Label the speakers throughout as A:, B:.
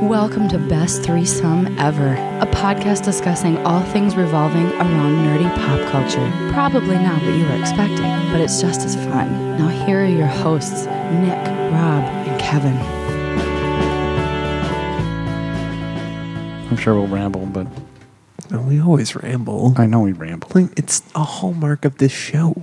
A: Welcome to Best Threesome Ever, a podcast discussing all things revolving around nerdy pop culture. Probably not what you were expecting, but it's just as fun. Now, here are your hosts, Nick, Rob, and Kevin.
B: I'm sure we'll ramble, but
C: And we always ramble.
B: I know we ramble.
C: Like, It's a hallmark of this show.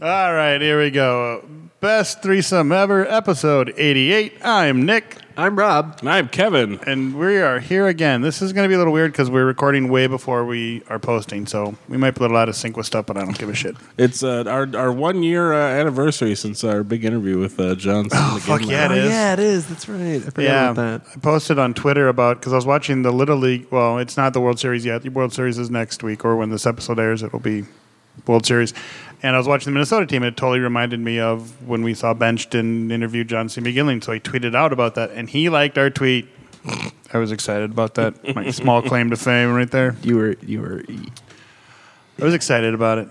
B: All right, here we go. Best threesome ever, episode 88. I'm Nick,
C: I'm Rob.
D: And I'm Kevin.
B: and we are here again. This is going to be a little weird because we're recording way before we are posting, so we might be a little out of sync with stuff, but I don't give a shit.
D: It's uh, our our one year uh, anniversary since our big interview with uh, John. Oh,
B: fuck yeah,
C: oh,
B: It is.
C: yeah, it is. That's right. I forgot
B: Yeah,
C: about that.
B: I posted on Twitter about because I was watching the Little League. Well, it's not the World Series yet. The World Series is next week, or when this episode airs, it will be World Series. And I was watching the Minnesota team, and it totally reminded me of when we saw Benched and interviewed John C. McGinley. So I tweeted out about that, and he liked our tweet. I was excited about that. My small claim to fame, right there.
C: You were, you were.
B: I was excited about it.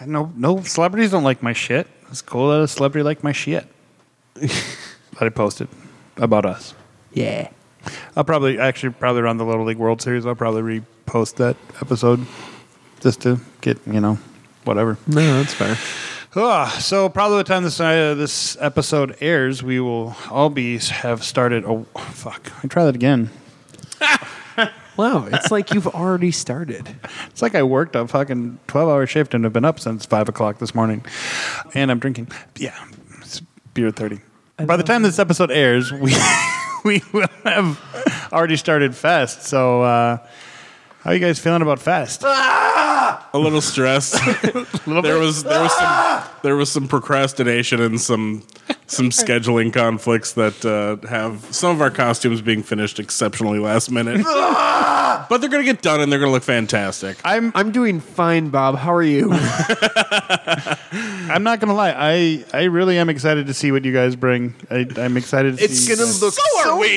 B: I- No, no celebrities don't like my shit. It's cool that a celebrity liked my shit. but I posted about us.
C: Yeah.
B: I'll probably actually probably around the Little League World Series. I'll probably repost that episode just to get you know whatever.
C: No, that's fair.
B: Ah, so probably by the time this uh, this episode airs, we will all be have started. Oh fuck! I try that again.
C: Wow, it's like you've already started.
B: It's like I worked a fucking twelve hour shift and have been up since five o'clock this morning, and I'm drinking. Yeah, it's beer thirty. By the time this episode airs, we we will have already started Fest. So uh, how are you guys feeling about Fest?
D: A little stressed. there was there was some
C: Ah!
D: there was some procrastination and some some scheduling conflicts that uh, have some of our costumes being finished exceptionally last minute.
C: Ah!
D: but they're gonna get done and they're gonna look fantastic.
B: I'm
C: I'm doing fine, Bob. How are you?
B: I'm not gonna lie. I I really am excited to see what you guys bring. I, I'm excited. To see
C: look. So are we.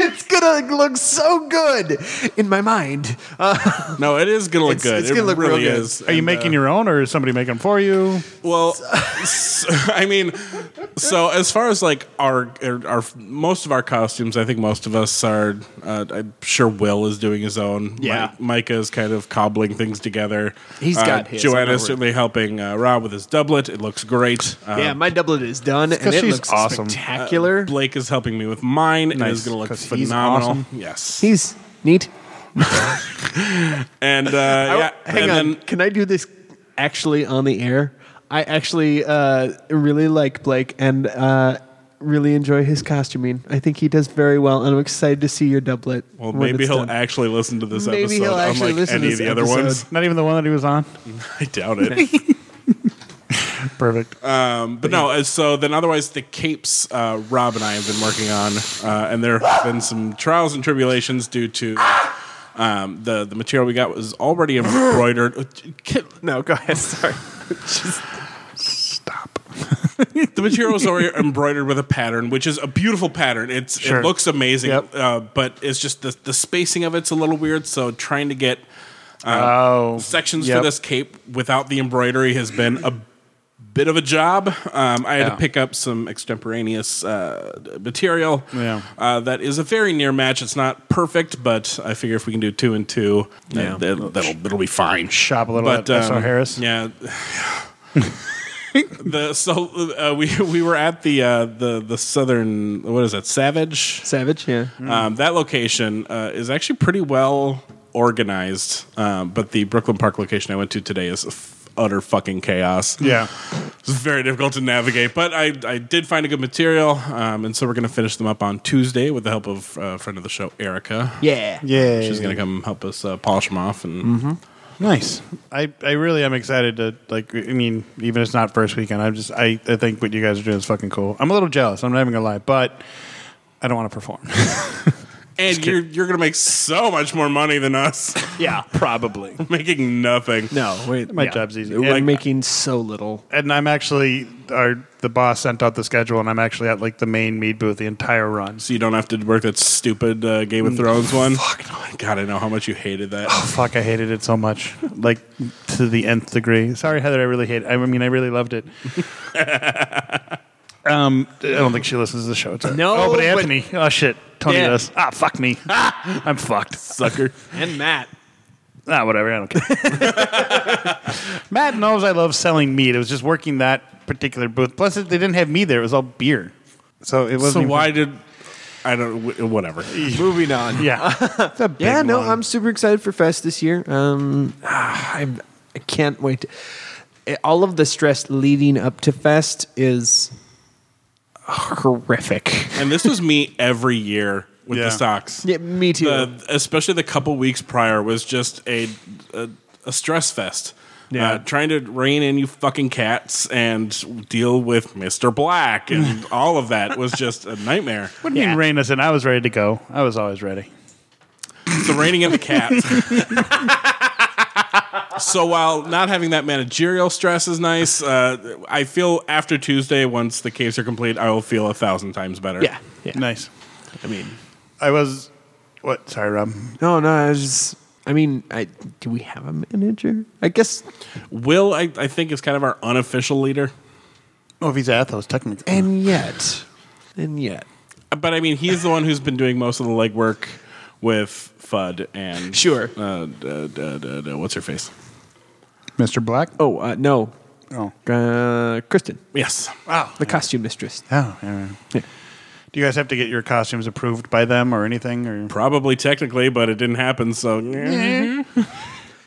C: it's gonna look so good in my mind. Uh,
D: No, it is gonna look
C: It's-
D: good.
C: it's gonna
D: it
C: look real
D: really
C: good.
D: is.
B: Are you making your own, or is somebody making them for you?
D: Well, s- I mean, so as far as like our, our our- most of our costumes, I think most of us are. Uh, I'm sure Will is doing his own.
B: Yeah.
D: Mi- Micah is kind of cobbling things together.
C: He's
D: Uh,
C: got his, don't
D: Joanna's
C: worry.
D: certainly helping uh, Rob with his doublet. It looks great. Uh,
C: yeah, my doublet is done, and
B: 'cause
C: it
B: she's
C: looks
B: awesome.
C: spectacular.
D: Blake is helping me with mine. It
B: Nice,
D: is going to look
B: 'cause he's
D: phenomenal.
B: awesome.
D: Yes.
C: He's neat.
D: and uh, yeah,
C: Hang
D: and
C: on.
D: then
C: Can I do this actually on the air? I actually uh, really like Blake and uh, really enjoy his costuming. I think he does very well, and I'm excited to see your doublet.
D: well,
C: when
D: maybe
C: it's
D: he'll
C: done.
D: actually listen to this
C: Maybe
D: episode,
C: he'll actually
D: unlike
C: listen to
D: any
C: this
D: of the other
C: episode.
D: ones.
B: Not even the one that he was on.
D: I doubt it.
B: Perfect.
D: But no, uh, so then otherwise the capes uh, Rob and I have been working on, uh, and there have been some trials and tribulations due to um, the the material we got was already embroidered. Uh, kid-
C: No, go ahead. Sorry. Just-
B: Stop.
D: The material was already embroidered with a pattern, which is a beautiful pattern. It's
B: Sure.
D: it looks amazing,
B: Yep.
D: uh, but it's just the the spacing of it's a little weird. So trying to get
B: Oh,
D: sections
B: Yep.
D: for this cape without the embroidery has been a bit of a job. Um, I had
B: Yeah.
D: to pick up some extemporaneous uh, d- material
B: Yeah.
D: uh, that is a very near match. It's not perfect, but I figure if we can do two and two, yeah. that, will that'll be fine.
B: Shop a little
D: But,
B: at S.R.
D: um,
B: Harris.
D: Yeah. the so uh, we we were at the uh, the the southern what is that Savage
C: Savage, yeah.
D: um, that location uh, is actually pretty well organized, um, but the Brooklyn Park location I went to today is f- utter fucking chaos.
B: Yeah.
D: It's very difficult to navigate, but I, I did find a good material, um, and so we're going to finish them up on Tuesday with the help of uh, a friend of the show, Erica.
C: Yeah.
B: Yeah.
D: She's going to come help us uh, polish them off. And
B: Nice. I, I really am excited to like. I mean, even if it's not first weekend, I'm just I, I think what you guys are doing is fucking cool. I'm a little jealous. I'm not even gonna lie, but I don't want to perform.
D: and you're, you're going to make so much more money than us,
B: yeah, probably.
D: making nothing.
C: No, wait.
B: My
C: yeah.
B: job's easy.
C: We're
B: And-
C: making so little.
B: And I'm actually our the boss sent out the schedule, and I'm actually at like the main mead booth the entire run.
D: So you don't have to work that stupid uh, Game of Thrones one. Fuck no! God, I Oh, know how much you hated that.
B: Fuck, I hated it so much, like to the nth degree. Sorry, Heather, I really hate. It. I mean, I really loved it. Um, I don't think she listens to the show. It's all right.
C: No,
B: Oh, but
C: but-
B: Anthony. oh shit. Tony
C: Yeah.
B: does. Ah, fuck me. I'm fucked.
D: Sucker.
C: and Matt.
B: Ah, whatever. I don't care. Matt knows I love selling meat. It was just working that particular booth. Plus, they didn't have me there. It was all beer. So it wasn't.
D: So
B: even-
D: why did I don't wh- whatever.
C: Moving on.
B: Yeah. It's a big
C: Yeah, no,
B: one.
C: I'm super excited for Fest this year. Um, I'm, I can't wait. to- eh, all of the stress leading up to Fest is horrific.
D: And this was me every year with
B: Yeah.
D: the socks.
C: Yeah, me too.
D: The, especially the couple weeks prior was just a a, a stress fest.
C: Yeah.
D: Uh, trying to rein in you fucking cats and deal with Mr. Black and all of that was just a nightmare.
B: What do you
C: Yeah.
B: mean rain us in? I was ready to go. I was always ready.
D: So reining in the cats. so while not having that managerial stress is nice, uh, I feel after Tuesday, once the caves are complete, I will feel a thousand times better.
C: yeah, yeah.
B: Nice.
D: I mean,
B: I was. What? Sorry, Rob.
C: No, no, I was just. I mean, I do we have a manager? I guess.
D: Will I, I think is kind of our unofficial leader,
B: Oh, if he's Athos, technically.
C: And yet, and yet,
D: but I mean he's the one who's been doing most of the legwork with Fud and
C: Sure.
D: Uh, da, da, da, da, what's her face?
B: Mr. Black.
C: oh uh, no,
B: Oh.
C: uh, Kristen,
D: Yes.
B: Wow.
C: the costume mistress.
B: Oh, yeah.
C: Yeah.
B: Do you guys have to get your costumes approved by them or anything? Or
D: Probably technically, but it didn't happen. So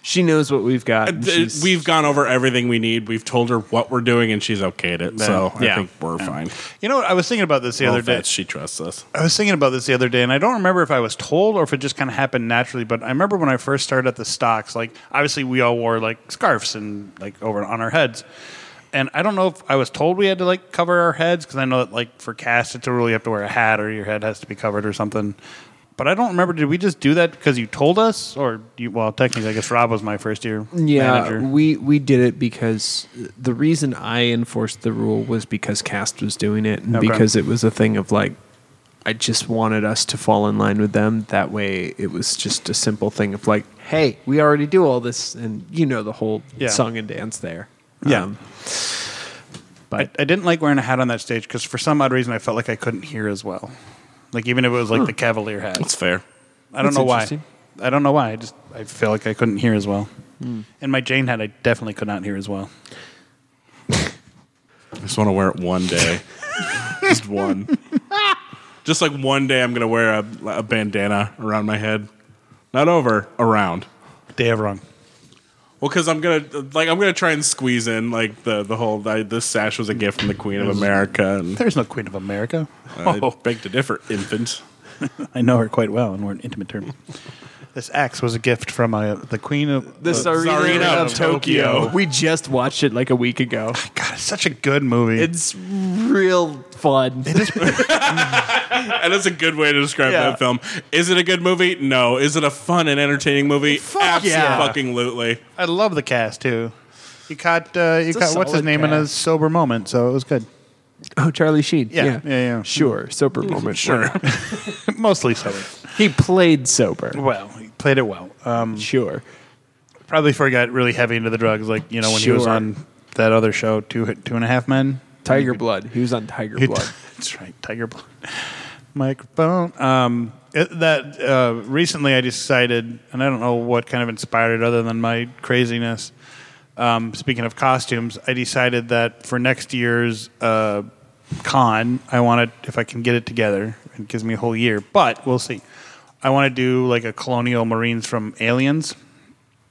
C: She knows what we've got. and
D: Uh, Th-
C: she's-
D: we've gone over everything we need. We've told her what we're doing, and she's okayed it. So I
C: Yeah.
D: think we're fine.
B: you know what? I was thinking about this the
D: Well,
B: other day.
D: that's- she trusts us.
B: I was thinking about this the other day, and I don't remember if I was told or if it just kind of happened naturally. But I remember when I first started at the stocks, like obviously we all wore like scarves and like over on our heads. And I don't know if I was told we had to like cover our heads because I know that like for cast it's a rule you have to wear a hat or your head has to be covered or something. But I don't remember. Did we just do that because you told us, or you? Well, technically, I guess Rob was my first year
C: Yeah,
B: manager.
C: we we did it because the reason I enforced the rule was because Cast was doing it and
B: Okay.
C: because it was a thing of like I just wanted us to fall in line with them. That way it was just a simple thing of like, hey, we already do all this and you know the whole
B: Yeah.
C: song and dance there. Um,
B: Yeah.
C: but
B: I, I didn't like wearing a hat on that stage because for some odd reason I felt like I couldn't hear as well. Like even if it was like the Cavalier hat.
D: That's fair.
B: I don't
C: That's
B: know why.
C: interesting.
B: I don't know why. I just I feel like I couldn't hear as well. And my Jane hat, I definitely could not hear as well.
D: I just want to wear it one day, just one. Just like one day, I'm gonna wear a, a bandana around my head, not over, around.
B: Day of wrong.
D: Well, because I'm gonna like I'm gonna try and squeeze in like the the whole I, this sash was a gift from the Queen of America, and
B: There's no Queen of America.
D: I
C: Oh.
D: beg to differ, infant.
B: I know her quite well, and we're in intimate terms. this axe was a gift from uh, the Queen of.
C: the
B: uh,
C: Tsarina
D: Tsarina
C: of,
D: of
C: Tokyo.
D: Tokyo.
C: We just watched it like a week ago.
B: God, it's such a good movie.
C: It's real fun.
D: And that's a good way to describe
C: Yeah.
D: that film. Is it a good movie? No. Is it a fun and entertaining movie?
C: Fuck yeah.
D: Absolutely.
B: I love the cast too. You caught uh, you
C: a
B: caught what's his
C: solid
B: name in a
C: cast.
B: sober moment, so it was good.
C: Oh, Charlie Sheen.
B: Yeah, yeah, yeah.
C: Sure. Sober moment.
D: Sure.
B: Mostly sober.
C: He played sober.
B: Well, he played it well. Um,
C: Sure.
B: probably before he got really heavy into the drugs, like you know when he was
C: Sure.
B: on that other show, two two and a half men.
C: Tiger Blood. Mm. He was on Tiger
B: He-
C: Blood.
B: That's right, Tiger Blood. Microphone. Um, it- that uh, recently I decided, and I don't know what kind of inspired it other than my craziness. Um, speaking of costumes, I decided that for next year's uh, con, I want to, if I can get it together, it gives me a whole year, but we'll see. I want to do like a Colonial Marines from Aliens,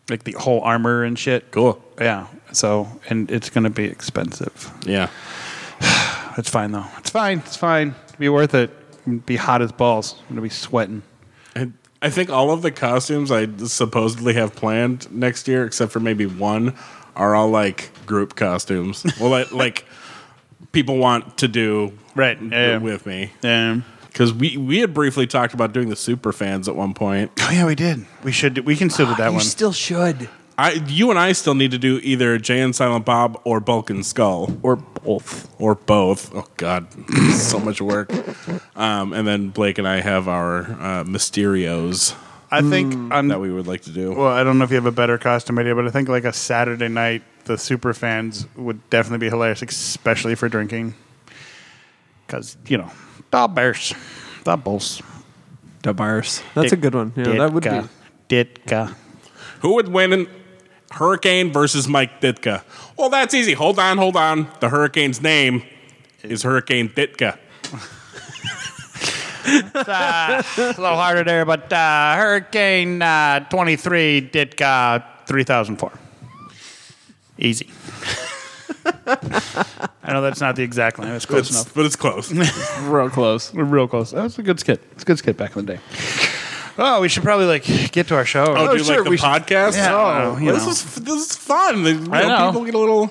B: like the whole armor and shit.
D: Cool.
B: Yeah. So, and it's going to be expensive.
D: Yeah.
B: It's fine though. It's fine. It's fine. It'll be worth it. I'm gonna be hot as balls. I'm gonna be sweating.
D: And I think all of the costumes I supposedly have planned next year, except for maybe one, are all like group costumes. well, like, like people want to do
B: Right, yeah.
D: with me.
B: Um,
D: Because we, we had briefly talked about doing the super fans at one point.
B: oh yeah, we did. We should. We can still do that
C: you
B: one.
C: still should.
D: I, you and I still need to do either Jay and Silent Bob or Bulk and Skull.
C: Or both.
D: or both. Oh God, so much work. Um, and then Blake and I have our uh, Mysterios
B: I think
C: Mm.
B: on.
D: that we would like to do.
B: well, I don't know if you have a better costume idea, but I think like a Saturday night, the super fans would definitely be hilarious, especially for drinking. because you know the Bears, the Bulls.
C: Dabars. That's a good one. Yeah, that would be.
B: be Ditka.
D: Who would win in Hurricane versus Mike Ditka? Well, that's easy. Hold on, hold on. The Hurricane's name is Hurricane Ditka.
B: a little harder there, but uh, Hurricane uh, 23 Ditka 3004. Easy. I know that's not the exact line. It's close
D: It's-
B: enough.
D: but it's close. Oh,
C: Real close.
B: We're real close. That was a good skit. It's a good skit back in the day. Oh, we should probably like get to our show.
D: Oh, do you
C: sure,
D: like the
C: we should-
D: podcast?
B: Yeah,
D: oh,
B: you
D: this
B: know.
D: is this is fun. You
B: I
D: know,
B: know.
D: People get a little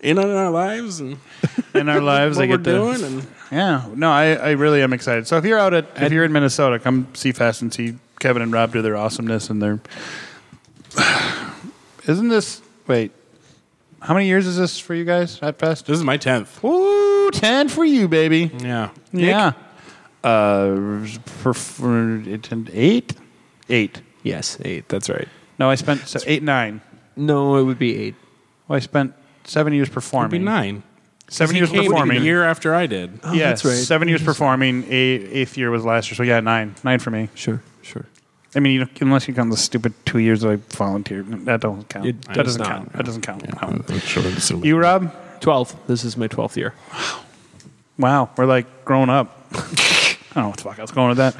D: in on our lives and
B: in our lives,
D: what
B: I
D: we're
B: get to.
D: doing. And
B: Yeah, no, I, I really am excited. So if you're out at if you're in Minnesota, come see Fast and see Kevin and Rob do their awesomeness and their. Isn't this wait? How many years is this for you guys at Fest?
D: this is my tenth.
B: Ooh, ten for you, baby.
D: Yeah,
B: Yeah. Uh, for, for eight, eight.
C: Yes, eight. That's right.
B: No, I spent so eight nine.
C: No, it would be eight.
B: Well, I spent seven years performing.
D: it'd be nine. 'Cause
B: Seven
D: he
B: years
D: came
B: performing.
D: a year after I did.
C: Oh,
B: yeah,
C: that's right.
B: seven years performing. A, eighth year was last year, so yeah, nine, nine for me.
C: Sure, sure.
B: I mean, you know, unless you count the stupid two years that I volunteered, that don't count.
C: It
B: that
C: does
B: doesn't
C: not,
B: count. That doesn't count. No.
D: Sure.
B: You, Rob?
C: Twelve. This is my twelfth year.
B: Wow, we're like grown up. I don't know what the fuck I was going with that.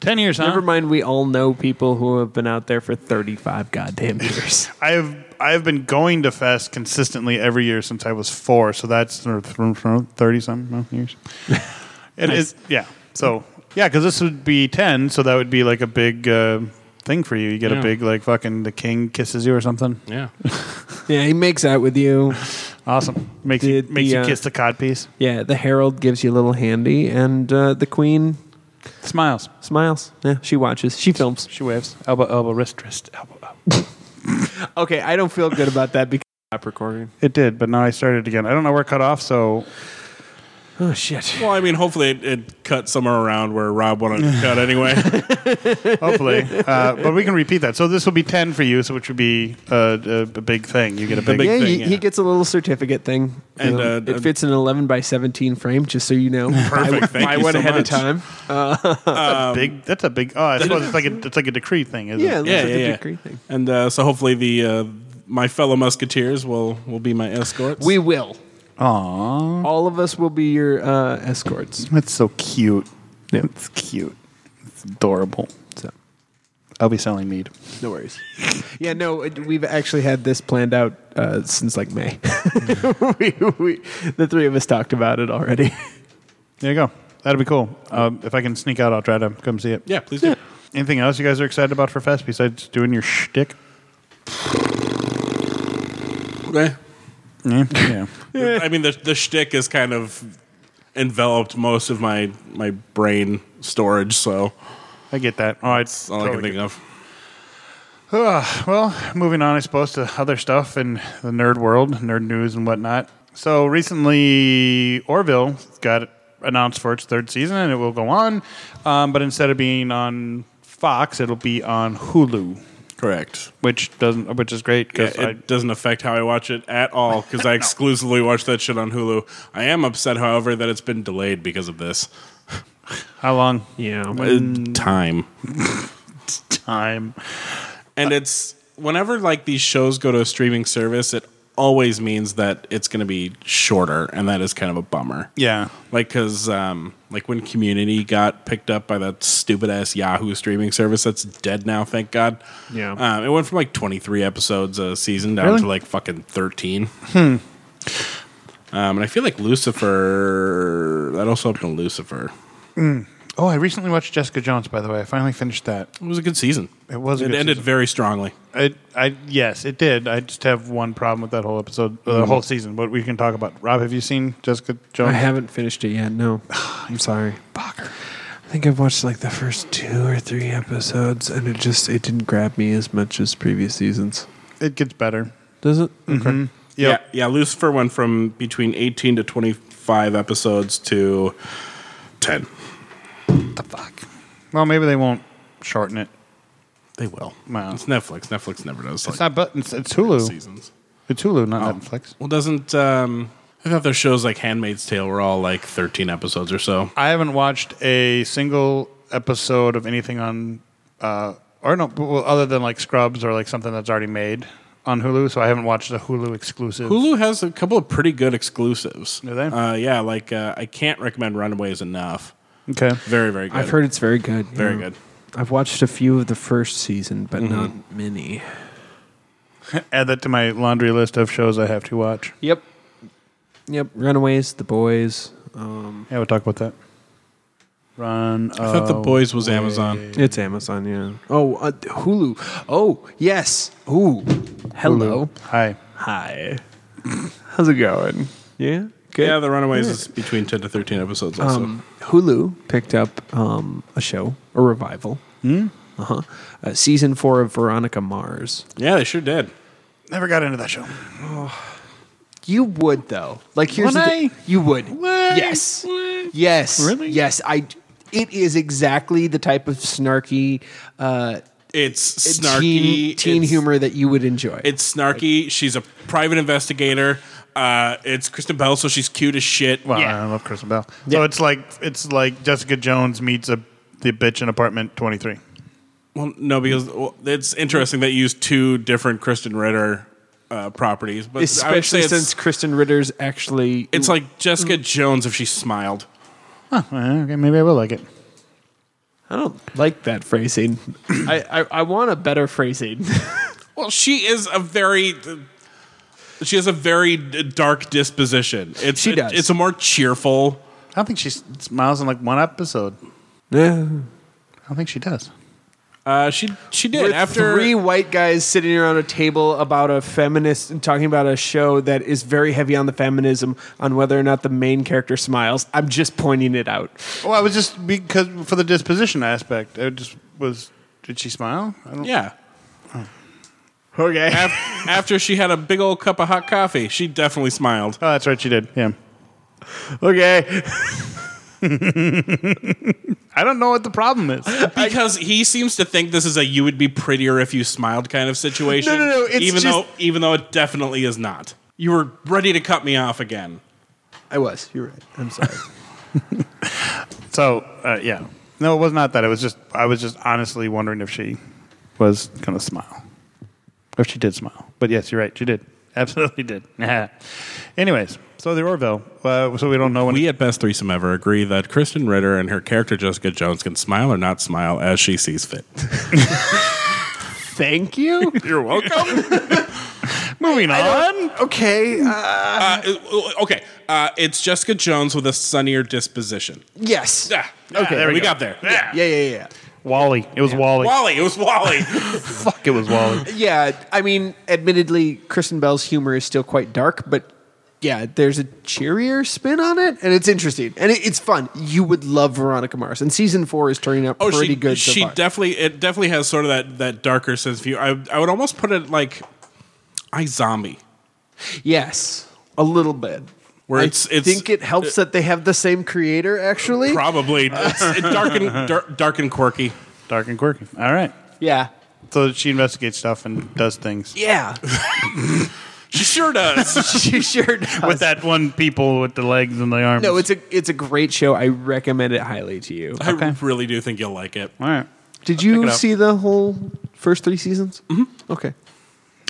B: Ten years, huh?
C: Never mind. We all know people who have been out there for thirty-five goddamn years.
B: I've I've been going to Fest consistently every year since I was four, so that's thirty something years. It is, yeah. So yeah, because this would be ten, so that would be like a big uh, thing for you. You get
D: Yeah.
B: a big like fucking the king kisses you or something.
D: Yeah,
C: yeah, he makes out with you.
B: Awesome. Makes you
C: Did
B: makes
C: the,
B: you
C: uh,
B: kiss the codpiece.
C: Yeah, the herald gives you a little handy, and uh, the queen
B: Smiles.
C: smiles. Yeah, she watches. She films.
B: She waves. Elbow, elbow, wrist, wrist, elbow. elbow.
C: Okay, I don't feel good about that because stop recording.
B: It did, but now I started again. I don't know where it cut off, so
C: Oh shit.
D: well, I mean, hopefully it, it cut somewhere around where Rob wanted to cut anyway.
B: hopefully. uh, but we can repeat that. So this will be 10 for you, so which would be uh, a, a big thing. You get a big,
D: big-
C: yeah,
D: thing,
C: he,
D: yeah.
C: he gets a little certificate thing,
D: And,
C: Um,
D: uh,
C: it fits in an eleven by seventeen frame. Just so you know,
D: Perfect. Thank
C: buy
D: you
C: one
D: so
C: ahead
D: much.
C: of time.
D: Um,
B: big. That's a big. Oh, I suppose it's like a, it's like a decree thing, isn't
C: Yeah,
B: it?
D: yeah,
C: That's
D: yeah,
C: a
D: yeah.
C: decree thing.
D: And uh, so hopefully the uh, my fellow musketeers will will be my escorts.
C: We will.
B: Aw,
C: All of us will be your uh, escorts.
B: that's so cute.
C: Yeah.
B: It's cute. It's adorable.
C: So,
B: I'll be selling mead.
C: no worries. Yeah, no, it- we've actually had this planned out uh, since like May. we, we, the three of us talked about it already.
B: There you go. That'll be cool. Um, if I can sneak out, I'll try to come see it.
D: yeah, please do.
B: Anything else you guys are excited about for Fest besides doing your shtick?
D: Okay.
B: Yeah. yeah.
D: I mean, the the shtick is kind of enveloped most of my my brain storage, so
B: I get that. All right.
D: that's all I can think of.
B: Ugh, well, moving on, I suppose, to other stuff in the nerd world, nerd news and whatnot. So recently, Orville got announced for its third season, and it will go on. Um, but instead of being on Fox, it'll be on Hulu,
D: Correct.
B: which doesn't, which is great
D: Yeah,
B: because
D: it doesn't affect how I watch it at all because I exclusively watch that shit on Hulu. I am upset, however, that it's been delayed because of this
B: how long
C: Yeah.
D: Uh, time.
B: time?
D: And it's whenever like these shows go to a streaming service, it always means that it's going to be shorter, and that is kind of a bummer.
B: Yeah,
D: Like, cause um, like when Community got picked up by that stupid ass Yahoo streaming service that's dead now, thank God.
C: Yeah.
D: um, it went from like twenty three episodes a season down
B: Really? Hmm.
D: to like fucking thirteen. Um, and I feel like Lucifer. That also happened to Lucifer.
B: Oh, I recently watched Jessica Jones. By the way, I finally finished that.
D: It was a good season.
B: It was a
D: It
B: good
D: ended
B: season.
D: very strongly.
B: I, I yes, it did. I just have one problem with that whole episode, uh, the whole season. But we can talk about. Rob, have you seen Jessica Jones?
C: I haven't finished it yet. No, I'm sorry. Fucker. I think I've watched like the first two or three episodes, and it just it didn't grab me as much as previous seasons.
B: It gets better.
C: Does it? Okay.
B: Yep.
D: Yeah, yeah. Lucifer went from between eighteen to twenty five episodes to ten.
B: the fuck? Well, maybe they won't shorten it.
D: They will.
B: Wow.
D: uh, It's Netflix. Netflix never does.
B: It's
D: like,
B: not, but it's, it's Hulu.
D: seasons.
B: It's Hulu, not Netflix.
D: Well, doesn't um, I thought those shows like Handmaid's Tale were all like 13 episodes or so.
B: I haven't watched a single episode of anything on, uh, or no, but- well, other than like Scrubs or like something that's already made on Hulu. So I haven't watched a Hulu exclusive.
D: Hulu has a couple of pretty good exclusives.
B: Do they?
D: Uh, yeah, like uh, I can't recommend Runaways enough.
B: Okay.
D: Very, very good.
C: I've heard it's very good. Mm-hmm.
D: Very
C: yeah.
D: good.
C: I've watched a few of the first season, but not many.
B: Add that to my laundry list of shows I have to watch.
C: Yep. Yep. Runaways, The Boys. Um,
B: Yeah, we'll talk about that. Run. Oh,
D: I thought The
C: Oh,
D: Boys was Amazon.
C: It's Amazon, yeah. Oh, uh, Hulu. Oh, yes. Ooh. Hello.
B: Hi.
C: Hi. How's it going? Yeah. Good.
D: Yeah, The Runaways is between 10 to 13 episodes also.
C: um, Hulu picked up um, a show, a revival. Uh-huh. Uh, season four of Veronica Mars.
D: yeah, they sure did.
B: Never got into that show.
C: You would though. Like here's
B: Would
C: the thi-
B: I?
C: you would.
B: Would-
C: Yes.
B: would-
C: Yes.
B: Really?
C: Yes. I. It is exactly the type of snarky, uh,
D: It's snarky.
C: teen, teen
D: it's-
C: humor that you would enjoy.
D: It's snarky. She's a private investigator. Uh, it's Kristen Bell, so she's cute as shit.
B: Well,
C: Yeah.
B: I love Kristen Bell.
C: Yeah.
B: So it's like it's like Jessica Jones meets a the bitch in apartment twenty three.
D: Well, no, because well, it's interesting that you use two different Kristen Ritter uh, properties, but I would say
C: Especially
D: it's-
C: since Mm. Kristen Ritter's actually.
D: it's like Jessica Jones if she smiled.
B: Okay, maybe I will like it.
C: I don't like that phrasing. I, I I want a better phrasing.
D: Well, she is a very she has a very d- dark disposition. It's,
C: She
D: it-
C: does.
D: it's a more cheerful.
B: I don't think she s- smiles in like one episode. I don't think she does.
D: Uh, she she did
C: With
D: after
C: three white guys sitting around a table about a feminist and talking about a show that is very heavy on the feminism on whether or not the main character smiles. I'm just pointing it out.
B: Well, I was just because for the disposition aspect, I just was. Did she smile? I don't.
D: yeah
C: Okay.
D: Af- after she had a big old cup of hot coffee. She definitely smiled.
B: Oh, that's right, she did. Yeah.
C: okay.
B: I don't know what the problem is.
D: Because he seems to think this is a "you would be prettier if you smiled" kind of situation.
C: No, no, no, it's
D: even
C: just-
D: though, even though it definitely is not. You were ready to cut me off again.
C: I was. You're right. I'm sorry.
B: So uh, yeah, no, it was not that. It was just I was just honestly wondering if she was gonna smile, or if she did smile. But yes, you're right, she did. Absolutely did. Anyways, so the Orville. Uh, so we don't know when.
D: We at Best Threesome Ever agree that Kristen Ritter and her character Jessica Jones can smile or not smile as she sees fit.
C: Thank you.
B: you're welcome. Moving on.
C: Okay. Uh,
D: Uh, okay, uh, it's Jessica Jones with a sunnier disposition.
C: yes.
D: Yeah,
B: Okay,
D: there
B: there
D: we,
B: we go.
D: got there.
B: Yeah.
C: Yeah. Yeah. Yeah.
B: Wally. It was Wally.
D: Wally, it was Wally.
B: Fuck, it was Wally.
C: Yeah. I mean, admittedly, Kristen Bell's humor is still quite dark, but yeah, there's a cheerier spin on it, and it's interesting and it, it's fun. You would love Veronica Mars, and season four is turning out
D: Oh,
C: pretty
D: she,
C: good. So
D: She
C: far.
D: definitely it definitely has sort of that that darker sense of view. I I would almost put it like I zombie.
C: Yes, a little bit.
D: Where
C: I
D: it's- it's-
C: think it helps that they have the same creator, actually.
D: Probably it's, it dark and dark, dark and quirky.
B: Dark and quirky. All right.
C: yeah.
B: So she investigates stuff and does things.
C: Yeah.
D: She sure does.
C: she sure does.
B: With that one people with the legs and the arms.
C: No, it's a it's a great show. I recommend it highly to you.
D: I really do think you'll like it.
B: all right.
C: Did
B: check
C: you
B: it out.
C: see the whole first three seasons? Mm-hmm. Okay.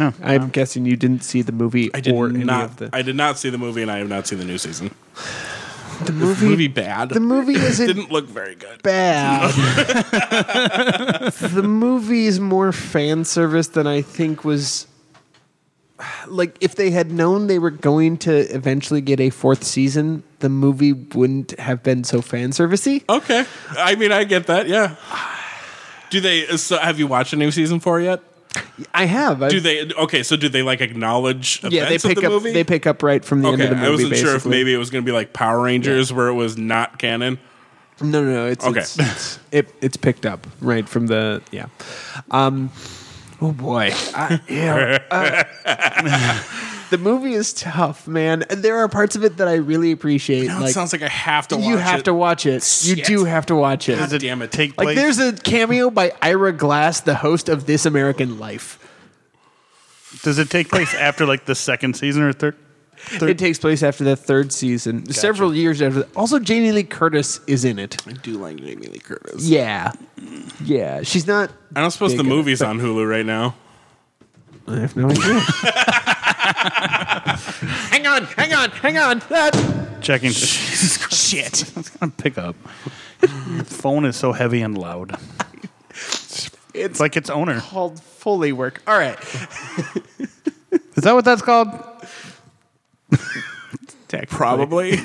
B: Oh,
C: I'm guessing you didn't see the movie
D: I did
C: or any
D: not.
C: of the.
D: I did not see the movie, and I have not seen the new season.
C: the
D: Movie,
C: movie.
D: bad.
C: The movie isn't
D: didn't look very good.
C: bad. the movie is more fan service than I think was. Like, if they had known they were going to eventually get a fourth season, the movie wouldn't have been so fan servicey.
D: Okay, I mean, I get that. Yeah. Do they? So, have you watched the new season four yet?
C: I have. I've,
D: Do they? Okay, so do they like acknowledge?
C: Yeah, they
D: events of
C: pick
D: the
C: up.
D: Movie?
C: They pick up right from the end of
D: Okay,
C: the movie.
D: I wasn't sure if
C: basically.
D: maybe it was going to be like Power Rangers, where it was not canon.
C: No, no, no. It's,
D: Okay.
C: it's, it's it, it's picked up right from the yeah. Um, oh boy, I, yeah. uh, the movie is tough, man. And there are parts of it that I really appreciate.
D: No,
C: like
D: it sounds like I have to. Watch
C: you have
D: it.
C: to watch it. You
D: Shit.
C: do have to watch it.
D: God damn it!
B: Take
C: like
B: place.
C: there's a cameo by Ira Glass, the host of This American Life.
B: Does it take place after like the second season or third? Third-
C: it takes place after the third season, several years after. The, also, Jamie Lee Curtis is in it.
D: I do like Jamie Lee Curtis.
C: Yeah, yeah. She's not.
D: I don't suppose
C: Big
D: the
C: in it,
D: movie's on Hulu right now.
C: I have no idea. hang on, hang on, hang on. That
B: Checking. Jesus Christ. Shit. It's going to pick up. Your phone is so heavy and loud. It's
C: it's like
B: like its owner.
C: called Foley work. All right,
B: Is that what that's called?
D: Probably.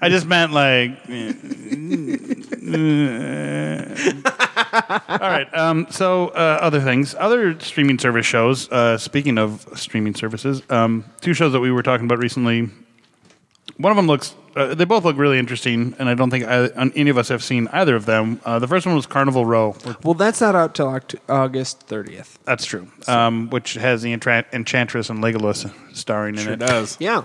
B: I just meant like. eh, eh. All right. Um, so, uh, other things, other streaming service shows. Uh, speaking of streaming services, um, two shows that we were talking about recently. One of them looks. Uh, they both look really interesting, and I don't think I, un- any of us have seen either of them. Uh, the first one was Carnival Row.
C: well, that's not out till Oct- August thirtieth.
B: That's true. Um, which has the Entra- Enchantress and Legolas starring in
D: Sure
B: it.
D: does.
C: Yeah.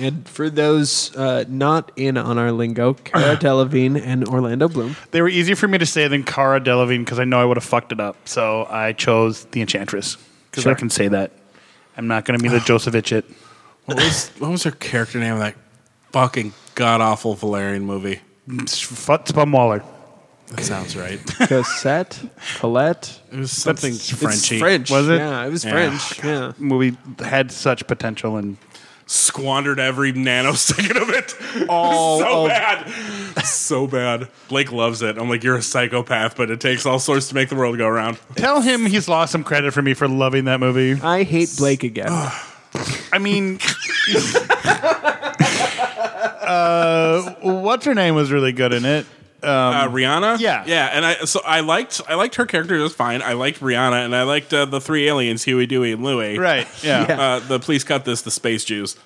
C: And for those uh, not in on our lingo, Cara Delevingne and Orlando Bloom.
B: They were easier for me to say than Cara Delevingne because I know I would have fucked it up. So I chose the Enchantress because
C: Sure.
B: I can say that. I'm not going to be the Josevich it.
D: What was, what was her character name of that fucking god awful Valerian movie?
B: Futzbum Waller.
D: That sounds right.
C: Cosette, Colette.
D: It was something Frenchy.
C: It's French.
B: Was it?
C: Yeah, it was
D: Yeah.
C: French. Yeah.
B: Movie had such potential and
D: Squandered every nanosecond of it.
C: All
D: so
C: of-
D: bad. so bad. Blake loves it. I'm like, you're a psychopath, but it takes all sorts to make the world go around.
B: tell him he's lost some credit for me for loving that movie.
C: I hate Blake again.
B: I mean, uh, what's her name was really good in it.
D: uh, Rihanna.
B: Yeah.
D: yeah, and I so I liked I liked her character just fine. I liked Rihanna, and I liked uh, the three aliens, Huey, Dewey, and Louie.
B: Right. Yeah.
C: Yeah.
D: Uh, the please cut this. The space Jews.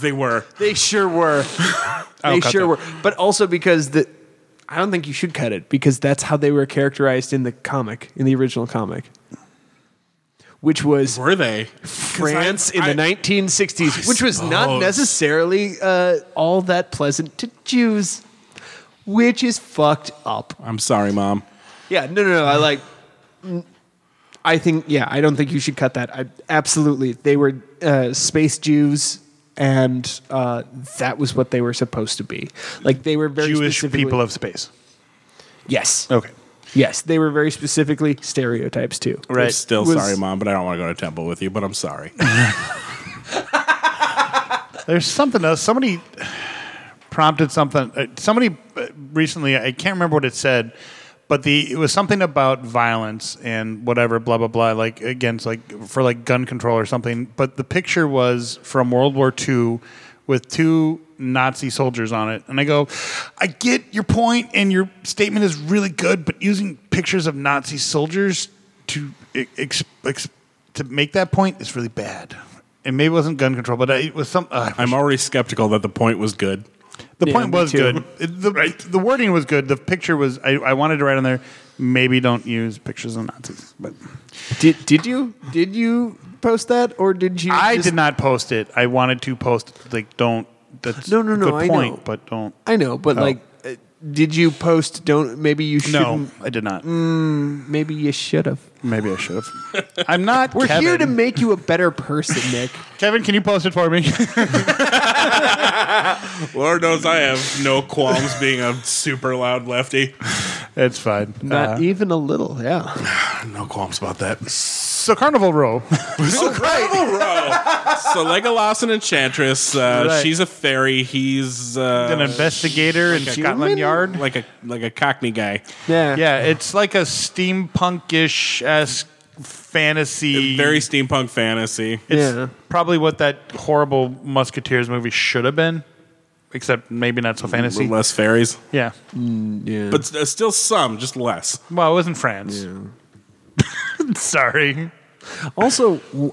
D: they were.
C: they sure were.
B: I'll
C: they
B: cut
C: sure
B: that.
C: were. But also because the I don't think you should cut it because that's how they were characterized in the comic, in the original comic. Which was
D: Were they? 'Cause I-
C: France in
D: I-
C: the 1960s, which was not
D: suppose.
C: necessarily uh, all that pleasant to Jews, which is fucked up.
D: I'm sorry, mom.
C: Yeah, no, no, no. I like. I think, yeah, I don't think you should cut that. I, absolutely, they were uh, space Jews, and uh, that was what they were supposed to be. Like they were very
B: Jewish
C: specifically-
B: people of space.
C: yes,
B: Okay.
C: yes, they were very specifically stereotypes too.
D: I'm
B: Right.
D: still
C: Was-
D: sorry, mom, but I don't want to go to temple with you. But I'm sorry.
B: There's something else. Somebody prompted something. uh, Somebody uh, recently, I can't remember what it said, but the it was something about violence and whatever, blah blah blah. Like against like for like gun control or something. But the picture was from World War II with two Nazi soldiers on it, and I go, I get your point, and your statement is really good, but using pictures of Nazi soldiers to e-, ex- ex- to make that point is really bad. And maybe it wasn't gun control, but it was some. Uh,
D: I'm already skeptical that the point was good.
B: the
C: Yeah,
B: point
C: me
B: was
C: too.
B: good. It- the, the wording was good. The picture was. I, I wanted to write on there. Maybe don't use pictures of Nazis. But
C: Did did you did you post that or did you?
B: I
C: just-
B: did not post it. I wanted to post. Like, don't. That's
C: No, no,
B: a
C: no,
B: Good
C: I
B: point,
C: know.
B: but don't.
C: I know, but
B: Oh.
C: like, uh, did you post? Don't maybe you
B: No,
C: shouldn't. Mm.
B: I did not.
C: Maybe you should have.
B: Maybe I should have. I'm not.
C: We're
B: Kevin.
C: here to make you a better person, Nick.
B: Kevin, can you post it for me?
D: Lord knows I have no qualms being a super loud lefty.
B: it's fine.
C: Not
B: Uh,
C: even a little, yeah.
D: No qualms about that.
B: so Carnival Row.
D: Carnival Row. So Legolas an enchantress. Uh,
B: Right.
D: She's a fairy. He's uh,
B: an investigator in
C: human?
B: Scotland Yard.
D: like a like a Cockney guy.
C: Yeah.
B: Yeah, it's like a steampunkish esque fantasy.
D: Very steampunk fantasy.
B: It's
C: Yeah.
B: probably what that horrible Musketeers movie should have been, except maybe not
C: Mm,
B: so fantasy.
D: Less fairies,
B: Yeah.
C: yeah.
D: but s- uh, still some, just less.
B: Well, it was in France. Sorry.
C: also, w-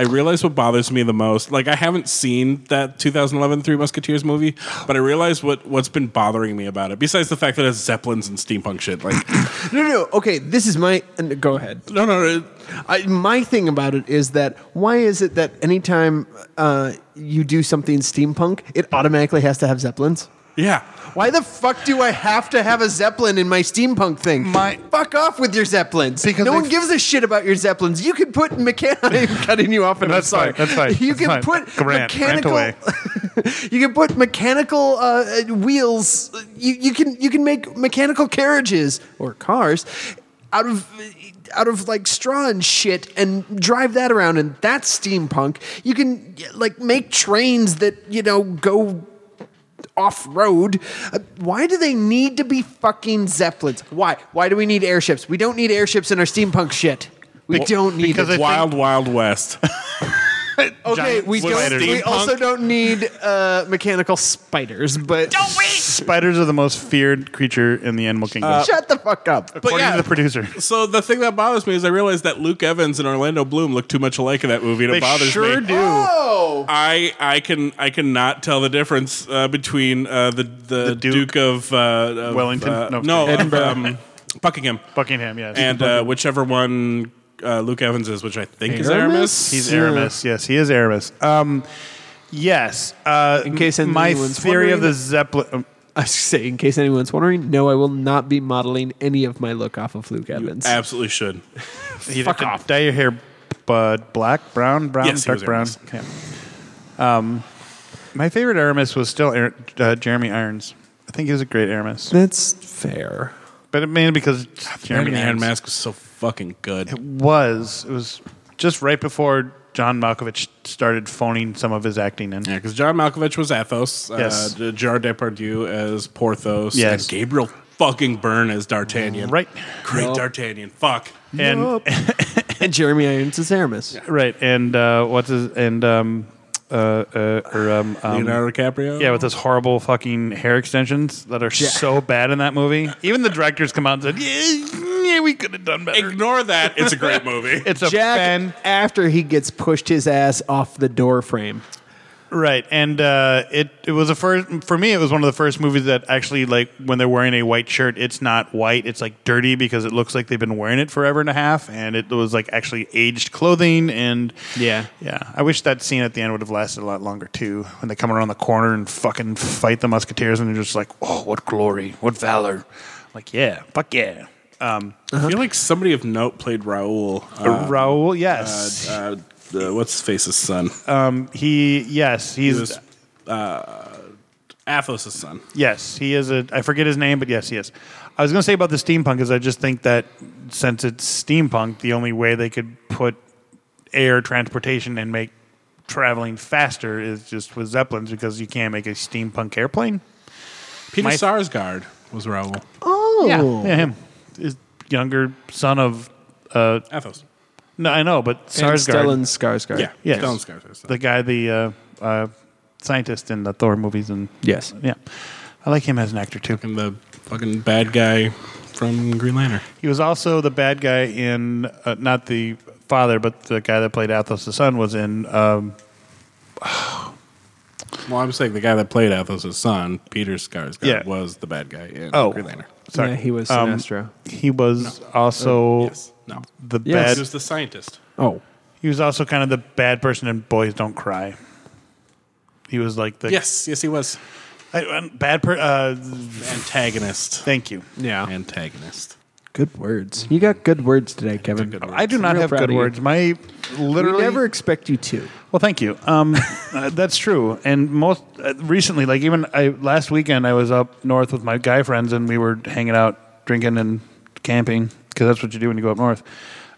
D: I realize what bothers me the most. Like I haven't seen that 2011 Three Musketeers movie, but I realize what what's been bothering me about it. Besides the fact that it has zeppelins and steampunk shit. Like
C: no, no, no. Okay, this is my. uh, Go ahead.
D: no, no, it,
C: I, my thing about it is that why is it that anytime uh, you do something steampunk, it automatically has to have zeppelins?
D: Yeah.
C: Why the fuck do I have to have a zeppelin in my steampunk thing?
B: My-
C: fuck off with your zeppelins.
B: Because
C: no
B: they-
C: one gives a shit about your zeppelins. You can put mechanical. I'm cutting you off, and
B: That's
C: I'm sorry.
B: fine, that's fine,
C: You
B: that's
C: can
B: fine.
C: put
B: Grant, rant
C: mechanical.
B: away.
C: you can put mechanical uh, uh, wheels. You you can you can make mechanical carriages or cars out of out of like straw and shit and drive that around and that's steampunk. You can like make trains that you know go off road. Uh, why do they need to be fucking zeppelins? Why? Why do we need airships? We don't need airships in our steampunk shit. We don't need
B: because
C: it.
B: I
D: Wild Wild West.
C: Okay,
B: giant
C: we don't.
B: spiders.
C: We also don't need uh, mechanical spiders, but don't we?
B: Spiders are the most feared creature in the animal kingdom.
C: Shut the fuck up.
B: according
D: yeah.
B: to the producer.
D: so the thing that bothers me is I realized that Luke Evans and Orlando Bloom look too much alike in that movie, and
B: They
D: it bothers
B: sure
D: me.
B: do.
C: Oh,
D: I I can I cannot tell the difference uh, between uh, the, the
B: Duke.
D: Duke, of, uh, of,
B: Wellington?
D: uh,
B: No,
D: no,
B: kidding.
D: of, um, Buckingham,
B: Buckingham, yes.
D: and uh, whichever one uh, Luke Evans is, which I think is
C: Aramis?
D: Aramis.
B: He's Aramis. Yes, he is Aramis. Um, yes. Uh,
C: In case
B: my
C: anyone's
B: theory of
C: wondering-
B: the Zeppelin. um,
C: I was say, in case anyone's wondering, no, I will not be modeling any of my look off of Luke Evans.
D: absolutely should.
B: you'd have to Dye your hair, bud. Black, brown, brown,
D: Yes, he
B: dark
D: was
B: brown.
D: Aramis.
B: Yeah. Um, my favorite Aramis was still Ar- uh, Jeremy Irons. I think he was a great Aramis,
C: That's fair.
B: but it mainly because Jeremy
D: Jeremy Iron
B: Irons
D: Mask was so fucking good.
B: was. It was just right before John Malkovich started phoning some of his acting in.
D: Yeah, because John Malkovich was Athos.
B: Yes.
D: Uh, Gerard Depardieu as Porthos.
B: Yes.
D: And Gabriel fucking Byrne as D'Artagnan.
B: Right.
D: Great
C: Yup.
D: D'Artagnan. Fuck.
B: And
C: Yup. and Jeremy Irons is Aramis.
B: right. And uh, what's his and um uh, uh or um, um
D: Leonardo DiCaprio.
B: Yeah, with those horrible fucking hair extensions that are so bad in that movie. Even the directors come out and said, "Yeah, yeah we could have done better."
D: Ignore that. It's a great movie.
B: It's a
C: Jack,
B: fan,
C: after he gets pushed his ass off the door frame,
B: right? And uh, it it was a first for me. It was one of the first movies that actually, like, when they're wearing a white shirt, it's not white; it's like dirty because it looks like they've been wearing it forever and a half, and it was like actually aged clothing. And
C: Yeah.
B: yeah, I wish that scene at the end would have lasted a lot longer too. When they come around the corner and fucking fight the musketeers, and they're just like, "Oh, what glory! What valor!" Like, yeah, fuck yeah. Um,
D: I feel like somebody of note played Raul. Uh,
B: Raul, yes,
D: uh, uh, what's his face's son? Uh,
B: um, he, yes, he's,
D: He was, Athos's son.
B: yes, he is a. I forget his name, but yes, he is. I was gonna say about the steampunk is I just think that since it's steampunk, the only way they could put air transportation and make traveling faster is just with zeppelins because you can't make a steampunk airplane.
D: Peter
B: My-
D: Sarsgaard was Raul.
B: Yeah, yeah him. His younger son of. Uh,
D: Athos.
B: no, I know, but
C: and Stellan
B: Sarsgaard.
C: Skarsgård.
D: Yeah.
B: Yes.
D: Stellan Skarsgård's son.
B: The guy, the uh, uh, scientist in the Thor movies. and
C: Yes.
B: Yeah. I like him as an actor, too.
D: and the fucking bad guy from Green Lantern.
B: He was also the bad guy in, uh, not the father, but the guy that played Athos the son was in. Um,
D: Well, I'm saying the guy that played Athos' son, Peter Skarsgård,
B: Yeah.
D: was the bad guy in
B: Oh.
D: Green Lantern.
B: sorry.
C: Yeah, he was
B: Um,
C: Sinestro.
B: he was also
D: Uh, Yes. No.
B: the
C: Yes.
B: bad.
D: He was the scientist.
C: Oh,
B: He was also kind of the bad person in Boys Don't Cry. He was like the
D: Yes, yes, he was.
B: I- I- bad per. Uh,
D: Antagonist.
B: thank you.
C: yeah.
D: Antagonist.
C: Good words. You got good words today, Kevin.
D: Good
B: I do
D: words.
B: not
C: real
B: have
C: proud
B: good
C: of you.
B: words. My
C: We
B: literally.
C: never expect you to.
B: well, thank you. Um, uh, that's true. And most uh, recently, like even I last weekend, I was up north with my guy friends, and we were hanging out, drinking and camping because that's what you do when you go up north.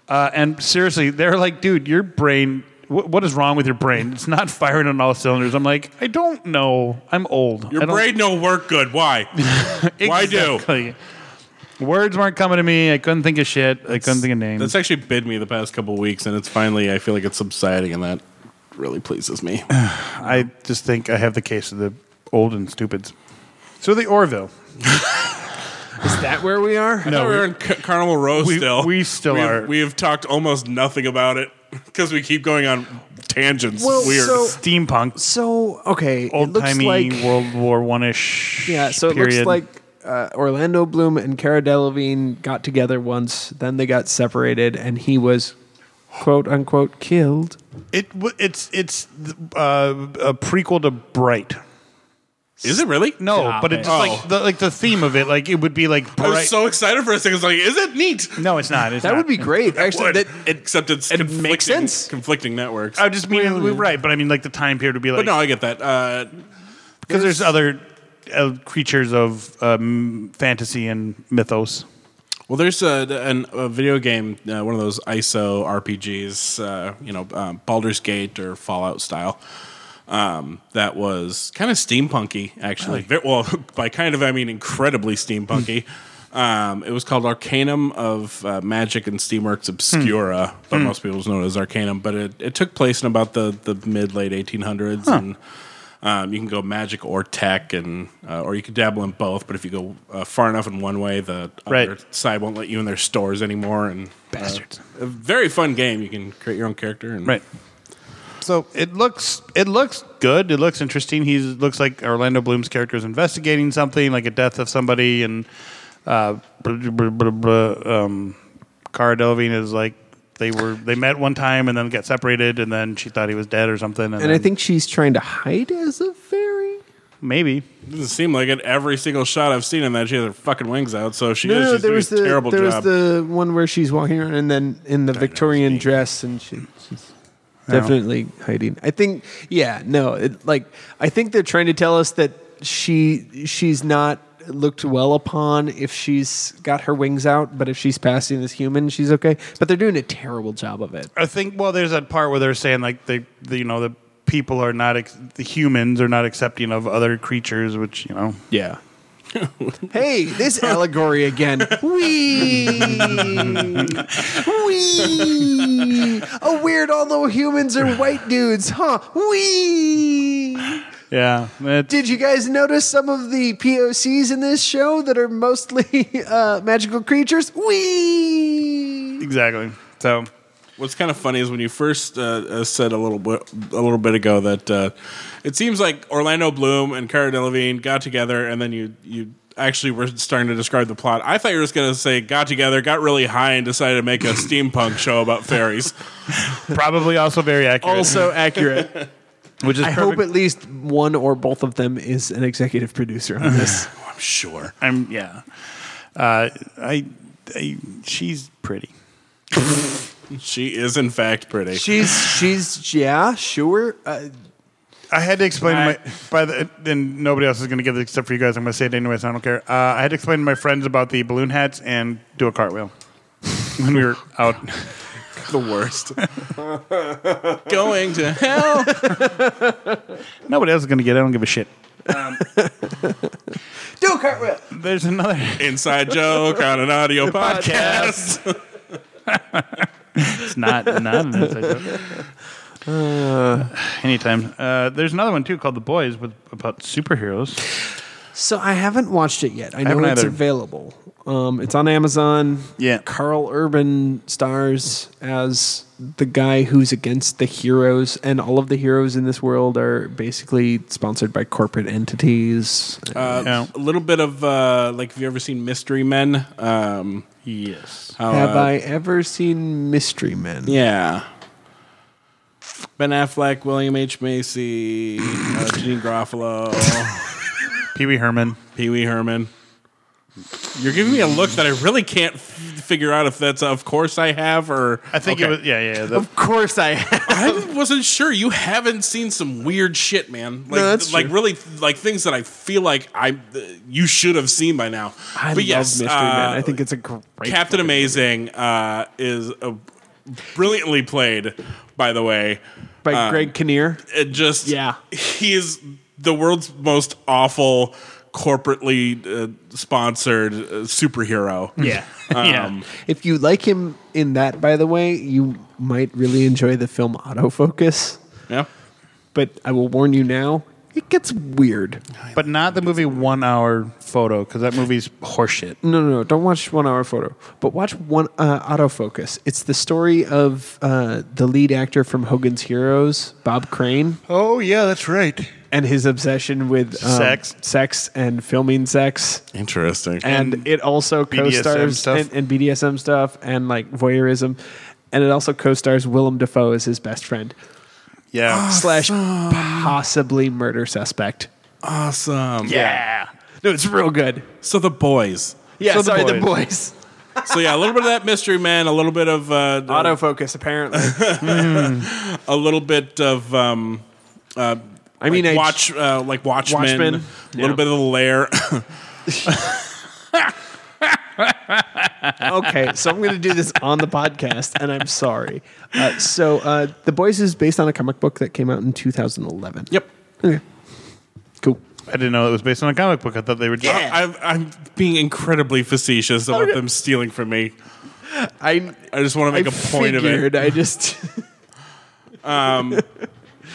B: Uh, and seriously, they're like, dude, your brain. wh- What is wrong with your brain? It's not firing on all cylinders. I'm like, I don't know. I'm old. I
D: Your
B: don't-
D: brain don't work good. Why? Why do?
B: Exactly. Words weren't coming to me. I couldn't think of shit. I couldn't think of names.
D: That's actually bid me the past couple weeks, and it's finally, I feel like it's subsiding, and that really pleases me.
B: I just think I have the case of the old and stupids. So the Orville.
C: Is that where we are?
D: No, we're in Ca- Carnival Row
B: we-
D: still.
B: we still
D: We've-
B: are.
D: We have talked almost nothing about it because we keep going on tangents.
C: Well,
D: Weird.
C: so-
B: Steampunk,
C: So okay,
B: old
C: it looks
B: timey
C: like
B: World War One ish.
C: yeah. So it looks
B: period.
C: like uh, Orlando Bloom and Cara Delevingne got together once. Then they got separated, and he was quote unquote killed.
B: it. w- It's it's uh, a prequel to Bright.
D: Is it really?
B: No,
E: Stop
B: but
E: it.
B: it's just like the like the theme of it. Like it would be like
D: Oh. I was
B: bright.
D: so excited for a second. I was like, is it neat?
B: no, it's not. It's
C: That
B: not.
C: would be great. Actually,
D: Would.
C: that
D: Except it's
C: it
D: conflicting,
C: makes sense.
D: conflicting networks.
B: I just mean right, but I mean like the time period would be like
D: but no, I get that. Uh,
B: because there's other uh, creatures of um, fantasy and mythos.
D: Well, there's a, an, a video game, uh, one of those ISO RPGs, uh, you know, um, Baldur's Gate or Fallout style, um, that was kind of steampunky, actually. Ve- Well, by kind of, I mean incredibly steampunky. um, it was called Arcanum of uh, Magic and Steamworks Obscura, but most people know it as Arcanum. But it, it took place in about the, the mid late 1800s. and um, you can go magic or tech, and uh, or you can dabble in both. But if you go uh, far enough in one way, the
B: Right.
D: other side won't let you in their stores anymore. And
B: Bastards.
D: uh, a very fun game. You can create your own character. And
B: Right. So it looks it looks good. It looks interesting. He looks like Orlando Bloom's character is investigating something, like a death of somebody, and uh, blah, blah, blah, blah, blah, um, Cara Delevingne is like they were they met one time and then got separated, and then she thought he was dead or something. And,
C: and I
B: then-
C: think she's trying to hide as a fairy.
B: maybe
D: It doesn't seem like it. Every single shot I've seen in that, she has her fucking wings out. So if she is. She's doing a terrible
C: there was
D: job.
C: the one where she's walking around and then in the Victorian dress and she, she's definitely hiding. I think yeah, no, it, like I think they're trying to tell us that she she's not looked well upon if she's got her wings out, but if she's passing as human, she's okay. But they're doing a terrible job of it.
B: I think well, there's that part where they're saying like they, the you know the people are not ex- the humans are not accepting of other creatures, which you know
C: Yeah. hey, this allegory again. Wee! Wee! Oh, weird, although humans are white dudes, huh? Wee!
B: yeah. It-
C: Did you guys notice some of the POCs in this show that are mostly uh, magical creatures? Wee!
B: exactly. So
D: What's kind of funny is when you first uh, uh, said a little bit, a little bit ago that uh, it seems like Orlando Bloom and Cara Delevingne got together, and then you you actually were starting to describe the plot. I thought you were just going to say got together, got really high, and decided to make a steampunk show about fairies.
B: probably also very accurate.
C: accurate.
B: which is
C: I hope at least one or both of them is an executive producer on this.
D: Oh, I'm sure.
B: I'm yeah. Uh, I, I she's pretty.
D: She is in fact pretty.
C: she's, she's, yeah, sure. Uh,
B: I had to explain to
E: I-
B: my by the and nobody else is going to give it except for you guys. I'm going to say it anyways. I don't care. Uh, I had to explain to my friends about the balloon hats and do a cartwheel when we were out.
D: the worst. Going to hell.
B: nobody else is going to get. it. I don't give a shit.
C: Um, do a cartwheel.
B: There's another.
D: Inside joke on an audio
B: Podcast.
D: podcast.
B: It's not not an inside joke. Anytime. Uh, there's another one too called The Boys with about superheroes.
C: So I haven't watched it yet. I know
B: Haven't
C: it's
B: either.
C: available. Um, it's on Amazon.
B: Yeah.
C: Carl Urban stars as the guy who's against the heroes, and all of the heroes in this world are basically sponsored by corporate entities.
D: Uh,
B: Yeah.
D: A little bit of uh, like, have you ever seen Mystery Men? Um,
B: Yes.
D: how,
C: Have
D: uh,
C: I ever seen Mystery Men?
D: Yeah. Ben Affleck, William H. Macy, uh, Gene Garofalo,
B: Pee Wee Herman.
D: Pee Wee Herman. You're giving me a look that I really can't f- figure out if that's of course I have or
B: I think it
D: Okay.
B: was. Yeah, yeah. yeah, the-
C: Of course I have.
D: I wasn't sure. You haven't seen some weird shit, man. Like,
C: that's
D: like
C: true.
D: really, like things that I feel like I uh, you should have seen by now.
C: I
D: but
C: love
D: yes,
C: Mystery
D: uh,
C: Men. I think it's a great
D: Captain Amazing uh, is uh brilliantly played. By the way,
C: by Greg Kinnear.
D: it just
C: Yeah.
D: he is the world's most awful corporately uh, sponsored uh, superhero.
B: yeah. Um, yeah.
C: If you like him in that, by the way, you might really enjoy the film Autofocus.
D: yeah.
C: But I will warn you now, it gets weird.
B: But not the movie One Hour Photo because that movie's horseshit.
C: No, no, no. Don't watch One Hour Photo, but watch One uh, Autofocus. It's the story of uh, the lead actor from Hogan's Heroes, Bob Crane,
B: Oh yeah, that's right.
C: and his obsession with um,
B: Sex.
C: sex, and filming sex.
D: Interesting.
C: And,
B: And
C: it also
B: BDSM
C: co-stars
B: stuff.
C: and, and BDSM stuff and like voyeurism, and it also co-stars Willem Dafoe as his best friend
B: Yeah.
C: slash possibly murder suspect.
D: awesome.
C: Yeah. No, it's real good.
D: So the boys.
C: Yeah,
B: So the
C: sorry, the
B: boys.
C: boys.
D: So yeah, a little bit of that mystery man, a little bit of uh,
C: Autofocus, apparently.
D: a little bit of um, uh,
C: I mean,
D: like
C: I-
D: watch uh, like Watchmen,
C: Watchmen,
D: a little
C: yeah.
D: bit of the lair.
C: okay, so I'm going to do this on the podcast, and I'm sorry. Uh, so, uh, The Boys is based on a comic book that came out in 2011.
D: yep.
C: Okay. Cool.
B: I didn't know it was based on a comic book. I thought they were just.
D: I, I'm being incredibly facetious about them stealing from me.
C: I,
D: I just want to
C: I
D: make a point of it. Um,
C: figured. I just.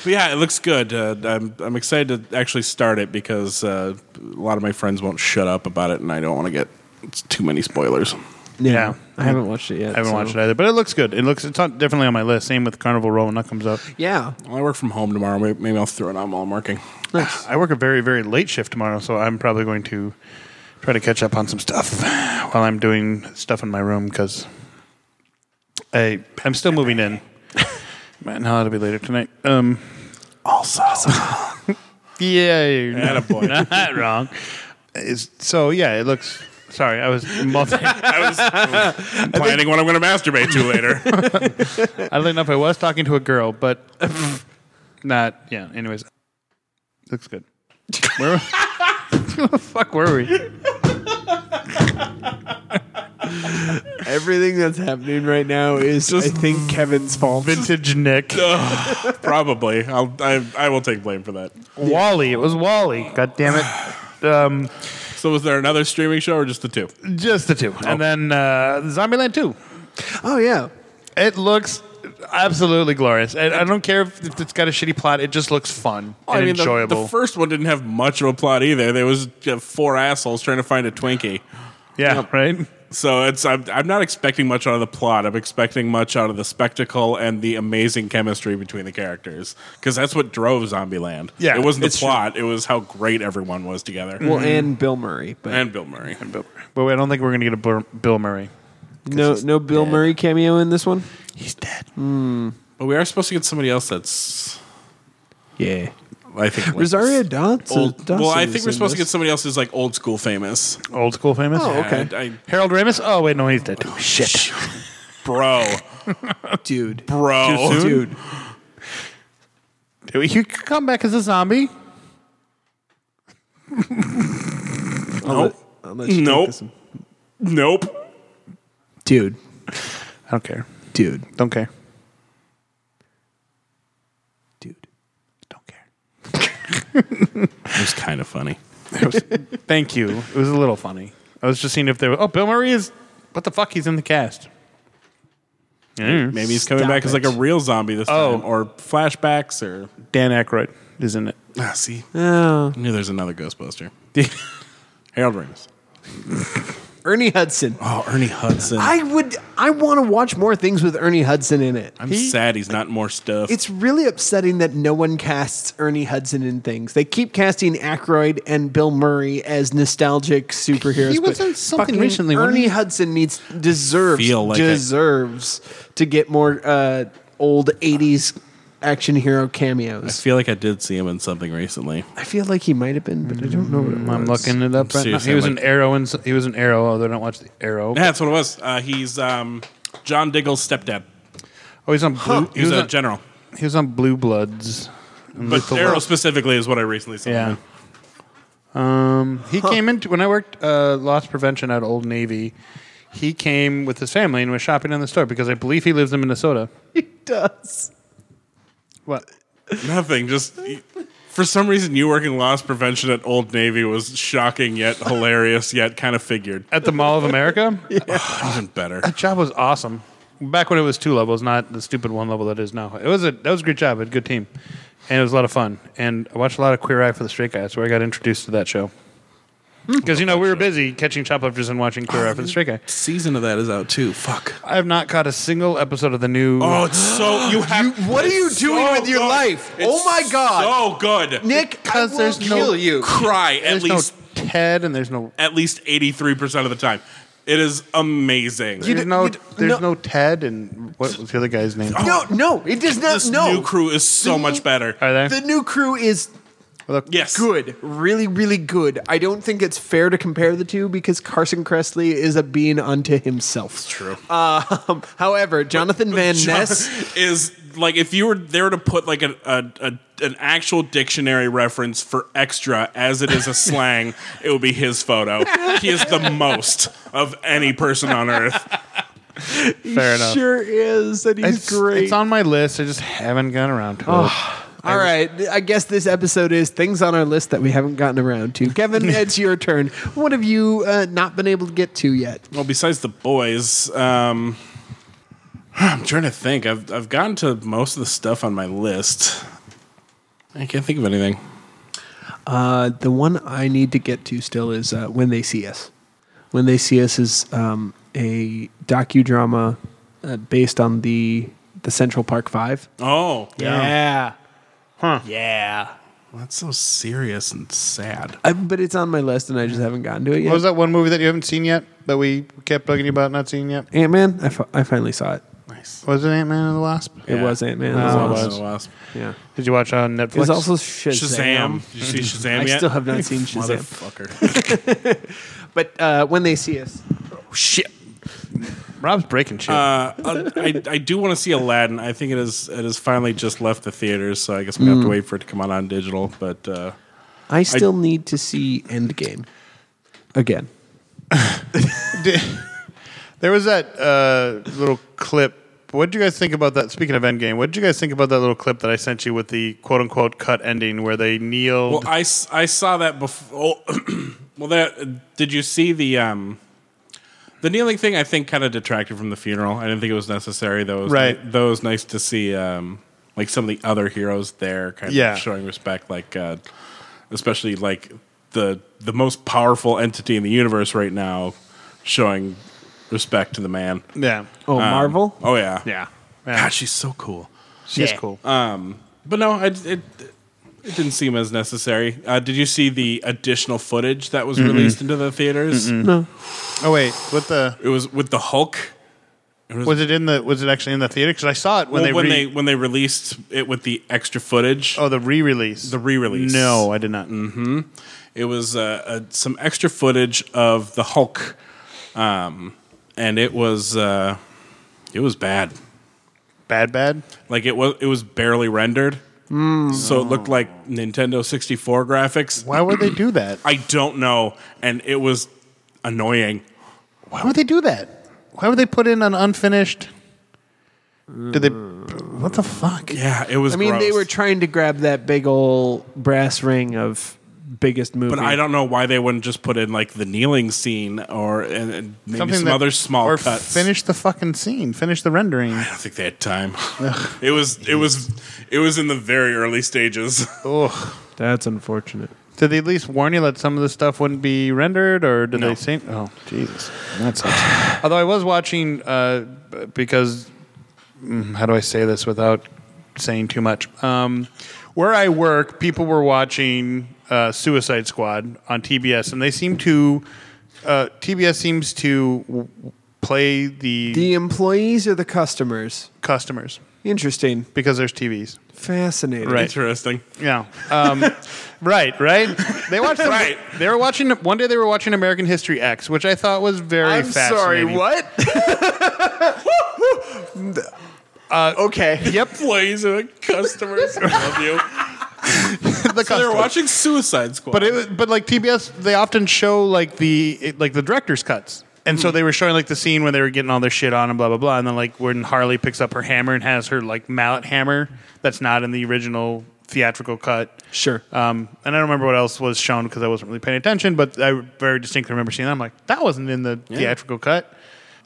D: But yeah, it looks good. Uh, I'm, I'm excited to actually start it because uh, a lot of my friends won't shut up about it, and I don't want to get too many spoilers.
B: Yeah.
C: I haven't watched it yet.
B: I haven't watched it either, but it looks good. It looks it's on, definitely on my list. Same with Carnival Row when that comes up.
C: Yeah.
D: Well, I work from home tomorrow. May- Maybe I'll throw it on while I'm working.
B: I work a very very late shift tomorrow, so I'm probably going to try to catch up on some stuff while I'm doing stuff in my room because I I'm still moving in. Man, no, it'll be later tonight. Um,
D: Also,
B: yeah, you're not,
D: Attaboy.
B: not wrong. It's, so yeah, it looks. Sorry, I was multi.
D: planning what I'm going to masturbate to later.
B: Oddly enough, I was talking to a girl, but not. Yeah. Anyways, looks good. Where? fuck were we?
C: Everything that's happening right now is, I think, Kevin's fault.
B: Vintage Nick.
D: Probably. I'll, I, I will take blame for that.
B: Wally. It was Wally. God damn it. Um,
D: So, was there another streaming show or just the two?
B: just the two, and then uh, Zombieland Two.
C: Oh, yeah.
B: It looks absolutely glorious. And I don't care if, if it's got a shitty plot. It just looks fun and
D: the-
B: enjoyable.
D: The, first one didn't have much of a plot either. There was uh, four assholes trying to find a Twinkie.
B: yeah. Right.
D: So it's I'm, I'm not expecting much out of the plot. I'm expecting much out of the spectacle and the amazing chemistry between the characters because that's what drove Zombieland.
B: Yeah,
D: it wasn't the
B: it's true.
D: plot; it was how great everyone was together.
C: Well, and Bill Murray, but
D: Mm-hmm. and Bill Murray.
B: But wait, I don't think we're gonna get a Bur- Bill Murray.
C: no, no Bill Murray cameo in this one.
B: He's dead.
D: But we are supposed to get somebody else that's
C: Yeah,
D: I think like,
C: Rosario Dawson.
D: Old, well,
C: Dawson
D: I think
C: is
D: we're
C: in
D: supposed to get
C: this.
D: somebody else who's like old school famous.
B: Old school famous.
C: Oh, okay.
D: And I,
B: Harold Ramis. Oh wait, no, he's dead. shit.
D: bro,
C: dude,
D: bro.
C: dude.
B: He could come back as a zombie.
D: Nope.
C: I'll let you take
D: Nope.
C: this one.
D: Nope.
C: dude,
B: I don't care.
C: dude,
B: Don't care.
C: dude.
B: Don't care.
D: It was kind of funny.
B: Thank you. It was a little funny. I was just seeing if there. were Oh, Bill Murray is. What the fuck? He's in the cast.
D: Maybe he's coming
C: Stop
D: back as like a
C: it.
D: real zombie this
B: Oh.
D: time, or flashbacks, or
B: Dan Aykroyd is in it.
D: ah, see,
C: Oh.
D: I knew there's another Ghostbuster. Harold Ramis.
C: Ernie Hudson.
D: Oh, Ernie Hudson. I,
C: I would. I want to watch more things with Ernie Hudson in it.
D: am sad he's not more stuff.
C: It's really upsetting that no one casts Ernie Hudson in things. They keep casting Aykroyd and Bill Murray as nostalgic superheroes.
B: He was
C: but
B: in something
C: fucking
B: recently, wasn't
C: Ernie
B: he?
C: Hudson needs deserves
D: Feel like it.
C: deserves to get more uh, old '80s action hero
D: I
C: cameos.
D: feel like I did see him in something recently.
C: I feel like he might have been, but I don't know what
D: Mm,
C: it was.
B: I'm looking it up right now.
D: Seriously,
B: He was
D: I'm
B: an
D: like-
B: Arrow. And he was an Arrow. Although I don't watch the Arrow.
D: Yeah, that's what it was. Uh, he's um, John Diggle's stepdad.
B: Oh, he's on Blue. He
D: He's
B: was
D: a
B: on,
D: general,
B: he was on Blue Bloods. and
D: but
B: Lethal
D: Arrow
B: Weapon.
D: specifically is what I recently saw.
B: Yeah. Um, he came into when I worked uh, loss prevention at Old Navy. He came with his family and was shopping in the store because I believe he lives in Minnesota.
C: He does.
B: What?
D: Nothing. Just for some reason, you working loss prevention at Old Navy was shocking yet hilarious yet kind of figured.
B: At the Mall of America?
D: Even better.
B: That job was awesome. Back when it was two levels, not the stupid one level that is now. It was a that was a great job. It was a good team, and it was a lot of fun. And I watched a lot of Queer Eye for the Straight Guy. That's where I got introduced to that show. Because you know we were busy catching shoplifters and watching Queer Eye for the Straight Guy.
D: Season of that is out too. Fuck.
B: I have not caught a single episode of the new.
D: Oh, it's so you have.
C: what are you
D: it's
C: doing
D: so
C: with your
D: good.
C: life?
D: It's
C: Oh my God.
D: so good.
C: Nick,
B: Because
C: I will
B: there's no-
C: kill you.
D: Cry at
B: there's
D: least
B: no Ted and there's no
D: at least eighty three percent of the time. It is amazing.
B: There's
C: d-
B: no,
C: you d-
B: there's no,
C: no-
B: Ted, and what was the other guy's name?
C: No, no, it does not.
D: this
C: no,
D: new crew is so
C: The-
D: much better.
B: Are they?
C: the new crew is
B: With a-
D: Yes.
C: Good, really, really good. I don't think it's fair to compare the two because Carson Kressley is a being unto himself. It's
D: True.
C: Um, however, Jonathan Van Ness.
D: is like if you were there to put like a, a, a an actual dictionary reference for extra as it is a slang, it would be his photo. He is the most of any person on earth.
B: Fair enough.
C: Sure is, and he's
B: It's,
C: great.
B: it's on my list. I just haven't gotten around to
C: All right, I guess this episode is things on our list that we haven't gotten around to. Kevin, it's your turn. What have you uh, not been able to get to yet?
D: Well, besides the boys, um, I'm trying to think. I've I've gotten to most of the stuff on my list. I can't think of anything.
C: Uh, the one I need to get to still is uh, When They See Us. When They See Us is um, a docudrama uh, based on the the Central Park Five.
D: Oh,
C: Yeah.
D: That's so serious and sad.
C: I, but it's on my list, and I just haven't gotten to it
B: What was
C: yet.
B: that one movie that you haven't seen yet that we kept bugging you about not seeing yet?
C: Ant Man. I, fi- I finally saw it.
D: Nice.
B: Was it Ant Man and the Wasp?
C: It
D: Yeah.
C: was Ant Man.
B: Oh,
D: Wasp.
B: it was.
D: Wasp.
C: Yeah.
B: Did you watch on Netflix?
C: It was also
D: Shazam. Did you see Shazam
C: Mm-hmm. I
D: yet?
C: still have not seen Shazam.
D: Motherfucker.
C: But uh, when they see us,
D: Shit.
B: Rob's breaking shit.
D: Uh, I, I do want to see Aladdin. I think it is it has finally just left the theaters, so I guess we have
C: Mm.
D: to wait for it to come out on digital. But uh,
C: I still need to see Endgame again.
B: Did- there was that uh, little clip. What did you guys think about that? Speaking of Endgame, what did you guys think about that little clip that I sent you with the quote unquote cut ending where they kneel?
D: well, I, s- I saw that before. well, that did you see the um, the kneeling thing? I think kind of detracted from the funeral. I didn't think it was necessary. Though, it was
B: Right.
D: ni- though it was nice to see um, like some of the other heroes there, kind
B: Yeah.
D: of showing respect, like uh, especially like the the most powerful entity in the universe right now, showing respect to the man.
B: yeah.
C: Oh,
D: Um,
C: Marvel!
D: Oh yeah.
B: Yeah.
D: God, she's so cool.
B: She's
C: yeah.
B: cool.
D: But no, I, it it didn't seem as necessary. Uh, did you see the additional footage that was released into the theaters?
B: oh wait, what the
D: It was with the Hulk.
B: was it in the was it actually in the theater? Because I saw it when
D: Well,
B: they
D: when
B: re-
D: they when they released it with the extra footage,
B: oh the re-release
D: the re-release.
B: No, I did not.
D: it was uh, uh, some extra footage of the Hulk, um, and it was uh, it was bad.
B: Bad, bad.
D: Like it was it was barely rendered,
B: Mm.
D: so it looked like Nintendo sixty four graphics.
B: Why would they do that?
D: I don't know, and it was annoying.
B: Why would they do that? Why would they put in an unfinished? Did they? What the fuck?
D: Yeah, it was.
C: I mean, they
D: gross.
C: were trying to grab that big old brass ring of biggest movie.
D: but I don't know why they wouldn't just put in like the kneeling scene or and, and maybe some
B: that-
D: other small
B: or
D: cuts.
B: Finish the fucking scene. Finish the rendering.
D: I don't think they had time. it was it was it was in the very early stages.
B: Ugh.
C: That's unfortunate.
B: Did they at least warn you that some of the stuff wouldn't be rendered, or did
D: No.
B: they say? Oh, Jesus, that sucks. Although I was watching uh, b- because mm, how do I say this without saying too much? Um, where I work, people were watching uh, Suicide Squad on TBS, and they seem to uh, TBS seems to w- w- play the,
C: The employees or the customers?
B: customers
C: Interesting.
B: because there's TVs.
C: Fascinating.
B: Right.
D: Interesting.
B: Yeah. Um, right, right. They watched them,
D: Right.
B: They were watching one day. They were watching American History X, which I thought was very.
C: I'm sorry.
B: fascinating.
C: What? okay.
B: Uh, Yep.
D: Employees and customers I love you.
B: the
D: So they're
B: custom.
D: watching Suicide Squad.
B: But it was, but like TBS, they often show like the it, like the director's cuts. And
C: Hmm.
B: so they were showing like the scene when they were getting all their shit on and blah blah blah, and then like when Harley picks up her hammer and has her like mallet hammer that's not in the original theatrical cut.
C: Sure.
B: Um, and I don't remember what else was shown because I wasn't really paying attention, but I very distinctly remember seeing that. I'm like, that wasn't in the theatrical cut.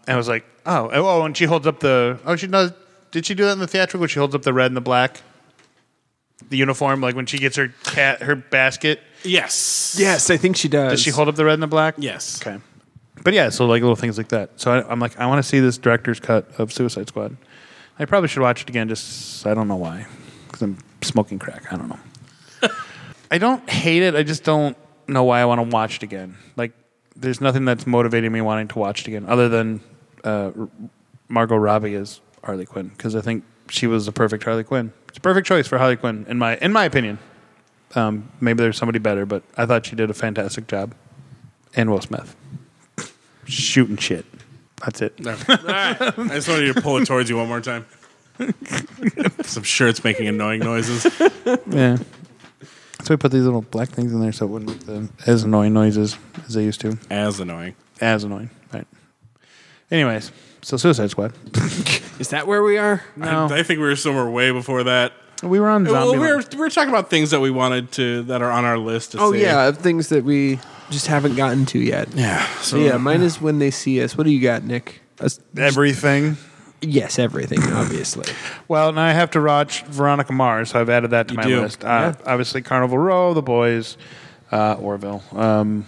B: And I was like, oh, And- oh, and she holds up the, oh, she does, did she do that in the theatrical? She holds up the red and the black, the uniform, like when she gets her cat, her basket,
D: yes.
C: yes, I think she does.
B: does she hold up the red and the black?
D: Yes.
B: Okay. But yeah, so like little things like that. So I, I'm like, I want to see this director's cut of Suicide Squad. I probably should watch it again. Just I don't know why, because I'm smoking crack. I don't know. I don't hate it. I just don't know why I want to watch it again. Like, there's nothing that's motivating me wanting to watch it again, other than uh, R- Margot Robbie as Harley Quinn, because I think she was the perfect Harley Quinn. It's a perfect choice for Harley Quinn in my in my opinion. Um, maybe there's somebody better, but I thought she did a fantastic job. And Will Smith shooting shit. That's it.
D: All right. I just wanted you to pull it towards you one more time. 'Cause I'm sure it's making annoying noises.
B: Yeah. So we put these little black things in there so it wouldn't make the, as annoying noises as they used to.
D: As annoying.
B: As annoying, right? Anyways, so Suicide Squad.
C: Is that where we are?
B: No,
D: I, I think we were somewhere way before that.
B: we were on
D: Well,
B: zombie.
D: we were, we were talking about things that we wanted to that are on our list. To
C: Oh
D: see.
C: yeah, of things that we just haven't gotten to yet.
D: yeah.
C: So yeah, mine is when they see us. What do you got, Nick? Us-
B: everything.
C: yes, everything, obviously.
B: Well, now I have to watch Veronica Mars, so I've added that to
D: You
B: my
D: do.
B: list. Uh, Obviously, Carnival Row, The Boys, uh, Orville. Um,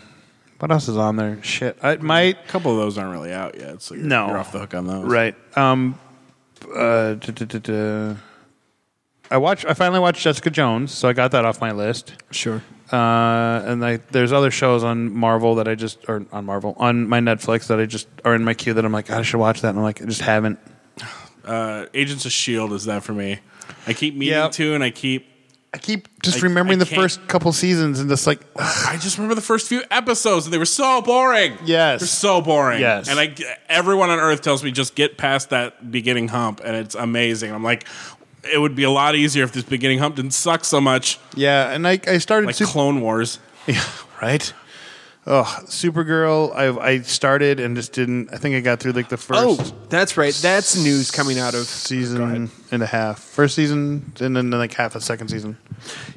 B: what else is on there? Shit, I might.
D: A couple of those aren't really out yet, so you're,
B: No.
D: you're off the hook on those.
B: Right. Um, uh, duh, duh, duh, duh. I watched. I finally watched Jessica Jones, so I got that off my list.
C: Sure.
B: Uh, and I, there's other shows on Marvel that I just or on Marvel on my Netflix that I just are in my queue that I'm like I should watch that, and I'm like I just haven't.
D: Uh, Agents of Shield is that for me? I keep meaning
B: Yeah.
D: to, and I keep.
B: I keep just
D: I-
B: remembering
D: I
B: the
D: can't-
B: first couple seasons and just like
D: I just remember the first few episodes, and they were so boring.
B: Yes.
D: they're so boring.
B: Yes.
D: and I everyone on Earth tells me just get past that beginning hump, and it's amazing. I'm like, it would be a lot easier if this beginning hump didn't suck so much,
B: yeah, and I I started
D: like
B: Sup-
D: Clone Wars.
B: Yeah, right. Oh, Supergirl. I I started and just didn't. I think I got through like the
C: Oh,
B: first
C: that's right. That's news coming out of.
B: season and a half, first season, and then like half a second season.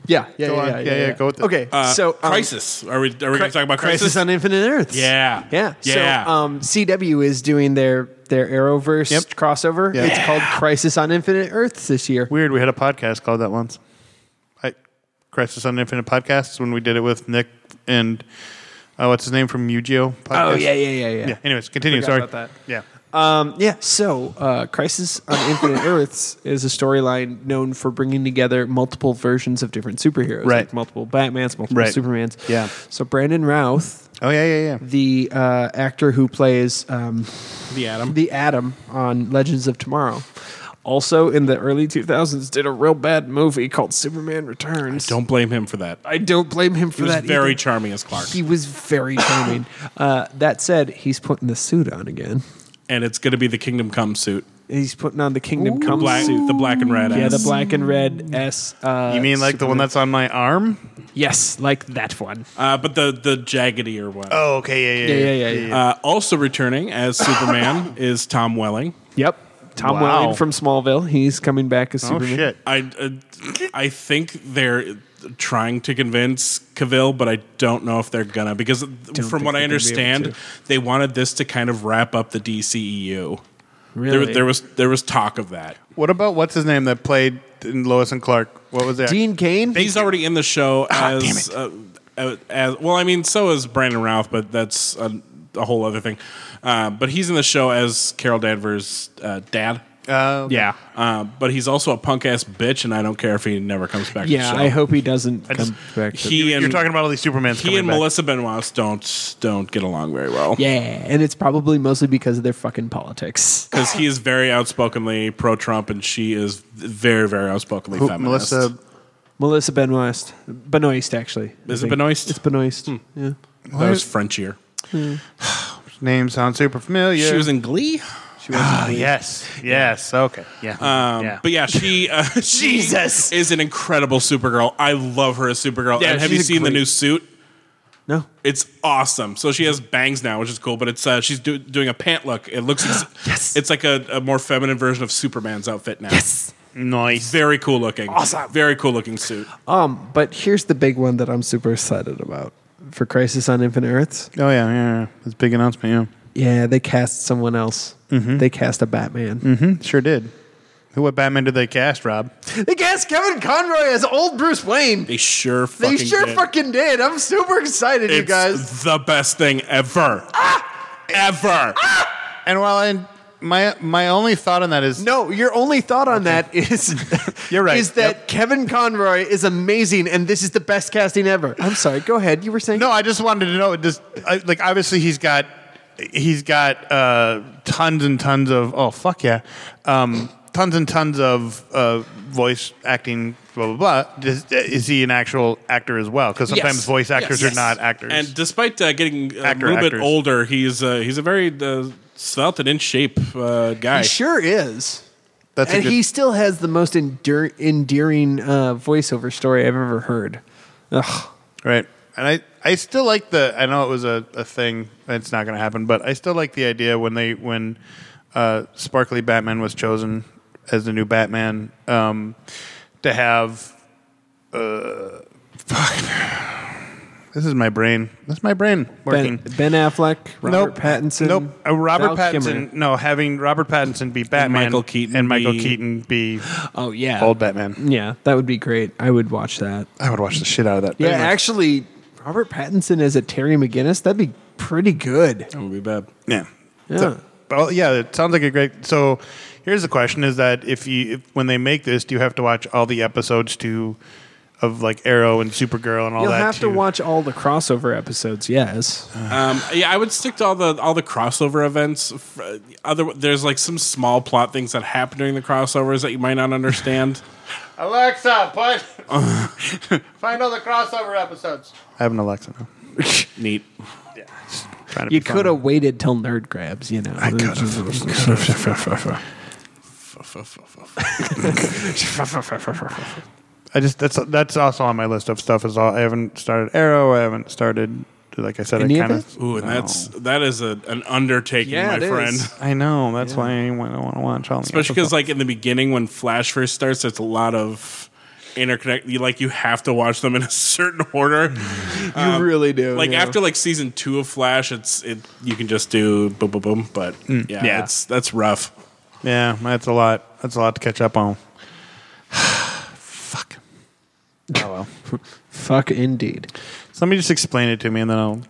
C: Yeah, yeah,
B: Go
C: yeah,
B: on.
C: yeah,
B: Yeah, yeah, go with it.
C: Okay,
D: Uh,
C: so um,
D: Crisis. Are we are we going to talk about Crisis?
C: Crisis on Infinite Earths.
D: Yeah.
C: yeah,
D: Yeah.
C: So, um, CW is doing their their Arrowverse
B: Yep.
C: crossover.
B: Yeah.
C: It's called Crisis on Infinite Earths this year.
B: Weird. We had a podcast called that once. I, Crisis on Infinite Podcasts when we did it with Nick and uh, what's his name from UGO. Podcast.
C: Oh yeah, yeah, yeah, yeah.
B: Yeah. Anyways, continue.
C: Forgot
B: Sorry.
C: about that.
B: Yeah.
C: Um, yeah, so uh, Crisis on Infinite Earths is a storyline known for bringing together multiple versions of different superheroes,
B: Right.
C: Like multiple Batmans, multiple
B: Right.
C: Supermans.
B: Yeah.
C: So Brandon Routh,
B: Oh yeah, yeah, yeah.
C: the uh, actor who plays um,
D: the Atom.
C: the Atom on Legends of Tomorrow, also in the early 2000s did a real bad movie called Superman Returns.
D: Don't blame him for that.
C: I don't blame him for
D: He was
C: that.
D: very
C: either.
D: charming as Clark,
C: He was very charming. uh, that said, he's putting the suit on again.
D: and it's going to be the Kingdom Come suit,
C: He's putting on the Kingdom
D: the
C: Come
D: black,
C: suit.
D: the black and red.
C: Yeah,
D: S.
C: the black and red S. Uh,
B: You mean like the one
C: Superman.
B: that's on my arm?
C: yes, like that one.
D: Uh, but the the jaggedier one.
B: Oh, okay. Yeah, yeah,
C: Yeah, yeah, yeah, yeah.
D: Uh, also returning as Superman is Tom Welling.
C: Yep, Tom
B: Wow.
C: Welling from Smallville. He's coming back as
B: Oh
C: Superman.
B: shit.
D: I uh, I think they're trying to convince Cavill, but I don't know if they're gonna because from
C: think
D: what I
C: they're gonna be able
D: understand,
C: to.
D: they wanted this to kind of wrap up the DCEU.
C: Really?
D: There, there was there was talk of that.
B: What about what's his name that played in Lois and Clark? What was that?
C: Dean Kane.
D: He's already in the show
B: Ah,
D: as, uh, uh, as well. I mean, so is Brandon Routh, but that's a, a whole other thing. Uh, but he's in the show as Carol Danvers' uh, dad.
B: Uh,
C: yeah,
D: Uh, but he's also a punk ass bitch, and I don't care if he never comes back.
C: yeah.
D: to the show.
C: I hope he doesn't
B: just-
C: come back. to-
D: he and
B: You're talking about all these Supermans.
D: he
B: coming
D: and
B: back.
D: Melissa Benoist don't don't get along very well.
C: yeah, and it's probably mostly because of their fucking politics.
D: because he is very outspokenly pro Trump, and she is very very outspokenly
B: Who-
D: feminist.
B: Melissa.
C: Melissa Benoist, Benoist actually. I
D: Is it
C: think.
D: Benoist? Hmm.
C: It's Benoist. Yeah.
D: that was Frenchier.
B: Name sounds super familiar.
D: She was in Glee.
B: Ah, yes. Yes. Okay. Yeah.
D: Um, But yeah, she uh, she
C: Jesus.
D: is an incredible Supergirl. I love her as Supergirl.
C: Yeah,
D: and have you
C: she's
D: seen
C: great.
D: the new suit?
C: No.
D: It's awesome. So she has bangs now, which is cool. But it's uh, she's do- doing a pant look. It looks ex-
C: Yes.
D: It's like a, a more feminine version of Superman's outfit now.
C: Yes.
B: nice.
D: Very cool looking.
C: Awesome.
D: Very cool looking suit.
C: Um, but here's the big one that I'm super excited about for Crisis on Infinite Earths.
B: Oh yeah, yeah, yeah. That's a big announcement.
C: Yeah, they cast someone else.
D: Mm-hmm.
C: They cast a Batman.
B: Yeah. Hmm, sure did. Who? What Batman did they cast? Rob.
C: They cast Kevin Conroy as old Bruce Wayne.
D: They sure
C: They
D: fucking
C: sure
D: did.
C: fucking did. I'm super excited, you
D: It's
C: guys. Ah!
D: the best thing ever. Ever.
B: And while I, my my only thought on that is
C: No, your only thought on that is
B: You're right.
C: Is that
B: Yep.
C: Kevin Conroy is amazing and this is the best casting ever. I'm sorry. Go ahead. You were saying
B: No, I just wanted to know. Does I, like obviously he's got he's got uh, tons and tons of oh fuck yeah um, tons and tons of uh, voice acting, blah blah blah. Does, is he an actual actor as well? Because sometimes
C: Yes.
B: voice actors
D: Yes.
B: are not actors.
D: And despite uh, getting uh,
B: Actor,
D: a little
B: actors.
D: bit older, he's uh, he's a very uh, svelte and in shape uh, guy.
C: He sure is.
B: That's a
C: and
B: good-
C: he still has the most endear- endearing uh, voiceover story I've ever heard. Ugh.
B: Right. And I, I still like the I know it was a, a thing, it's not gonna happen, but I still like the idea when they when uh, Sparkly Batman was chosen as the new Batman, um, to have uh fuck This is my brain. That's my brain working.
C: Ben, ben Affleck, Robert Pattinson.
B: Nope. Uh,
C: Val
B: Robert Pattinson.
C: Kilmer.
B: No, having Robert Pattinson be Batman,
D: Michael Keaton
B: and Michael
D: be-
B: Keaton be
C: Oh yeah.
B: old Batman.
C: Yeah, that would be great. I would watch that.
B: I would watch the shit out of that.
C: Yeah,
B: Anyway.
C: actually, Robert Pattinson as a Terry McGinnis, that'd be pretty good.
D: That would be bad.
B: Yeah.
C: Yeah.
B: So, well, yeah, it sounds like a great. So, here's the question: Is that if you if, when they make this, do you have to watch all the episodes to of like Arrow and Supergirl and all
C: You'll
B: that?
C: have to watch all the crossover episodes, yes.
D: Um, yeah, I would stick to all the all the crossover events. F- uh, Other there's like some small plot things that happen during the crossovers that you might not understand.
B: Alexa, put find all the crossover episodes. I have an Alexa now.
D: Neat.
B: Trying to
C: You
B: be
C: could
B: funny.
C: have waited till nerd grabs, you know. I
B: could
C: have.
B: I just that's that's also on my list of stuff. Is all I haven't started Arrow. I haven't started like I said.
C: Any
B: I
C: of
B: kind
C: it?
D: Ooh, and that's that is a, an undertaking,
C: Yeah,
D: my
C: it is.
D: friend.
B: I know that's why I want to watch all. the
D: Especially
B: episodes.
D: because like in the beginning when Flash first starts, there's a lot of interconnect. You like you have to watch them in a certain order.
C: You really do.
D: Um, like
C: Mm. yeah.
D: after like season two of Flash, it's it you can just do boom boom boom. But yeah,
B: Yeah.
D: it's that's rough.
B: Yeah, that's a lot. That's a lot to catch up on. Fuck. Oh well.
C: Fuck indeed.
B: Somebody just explain it to me, and then I'll.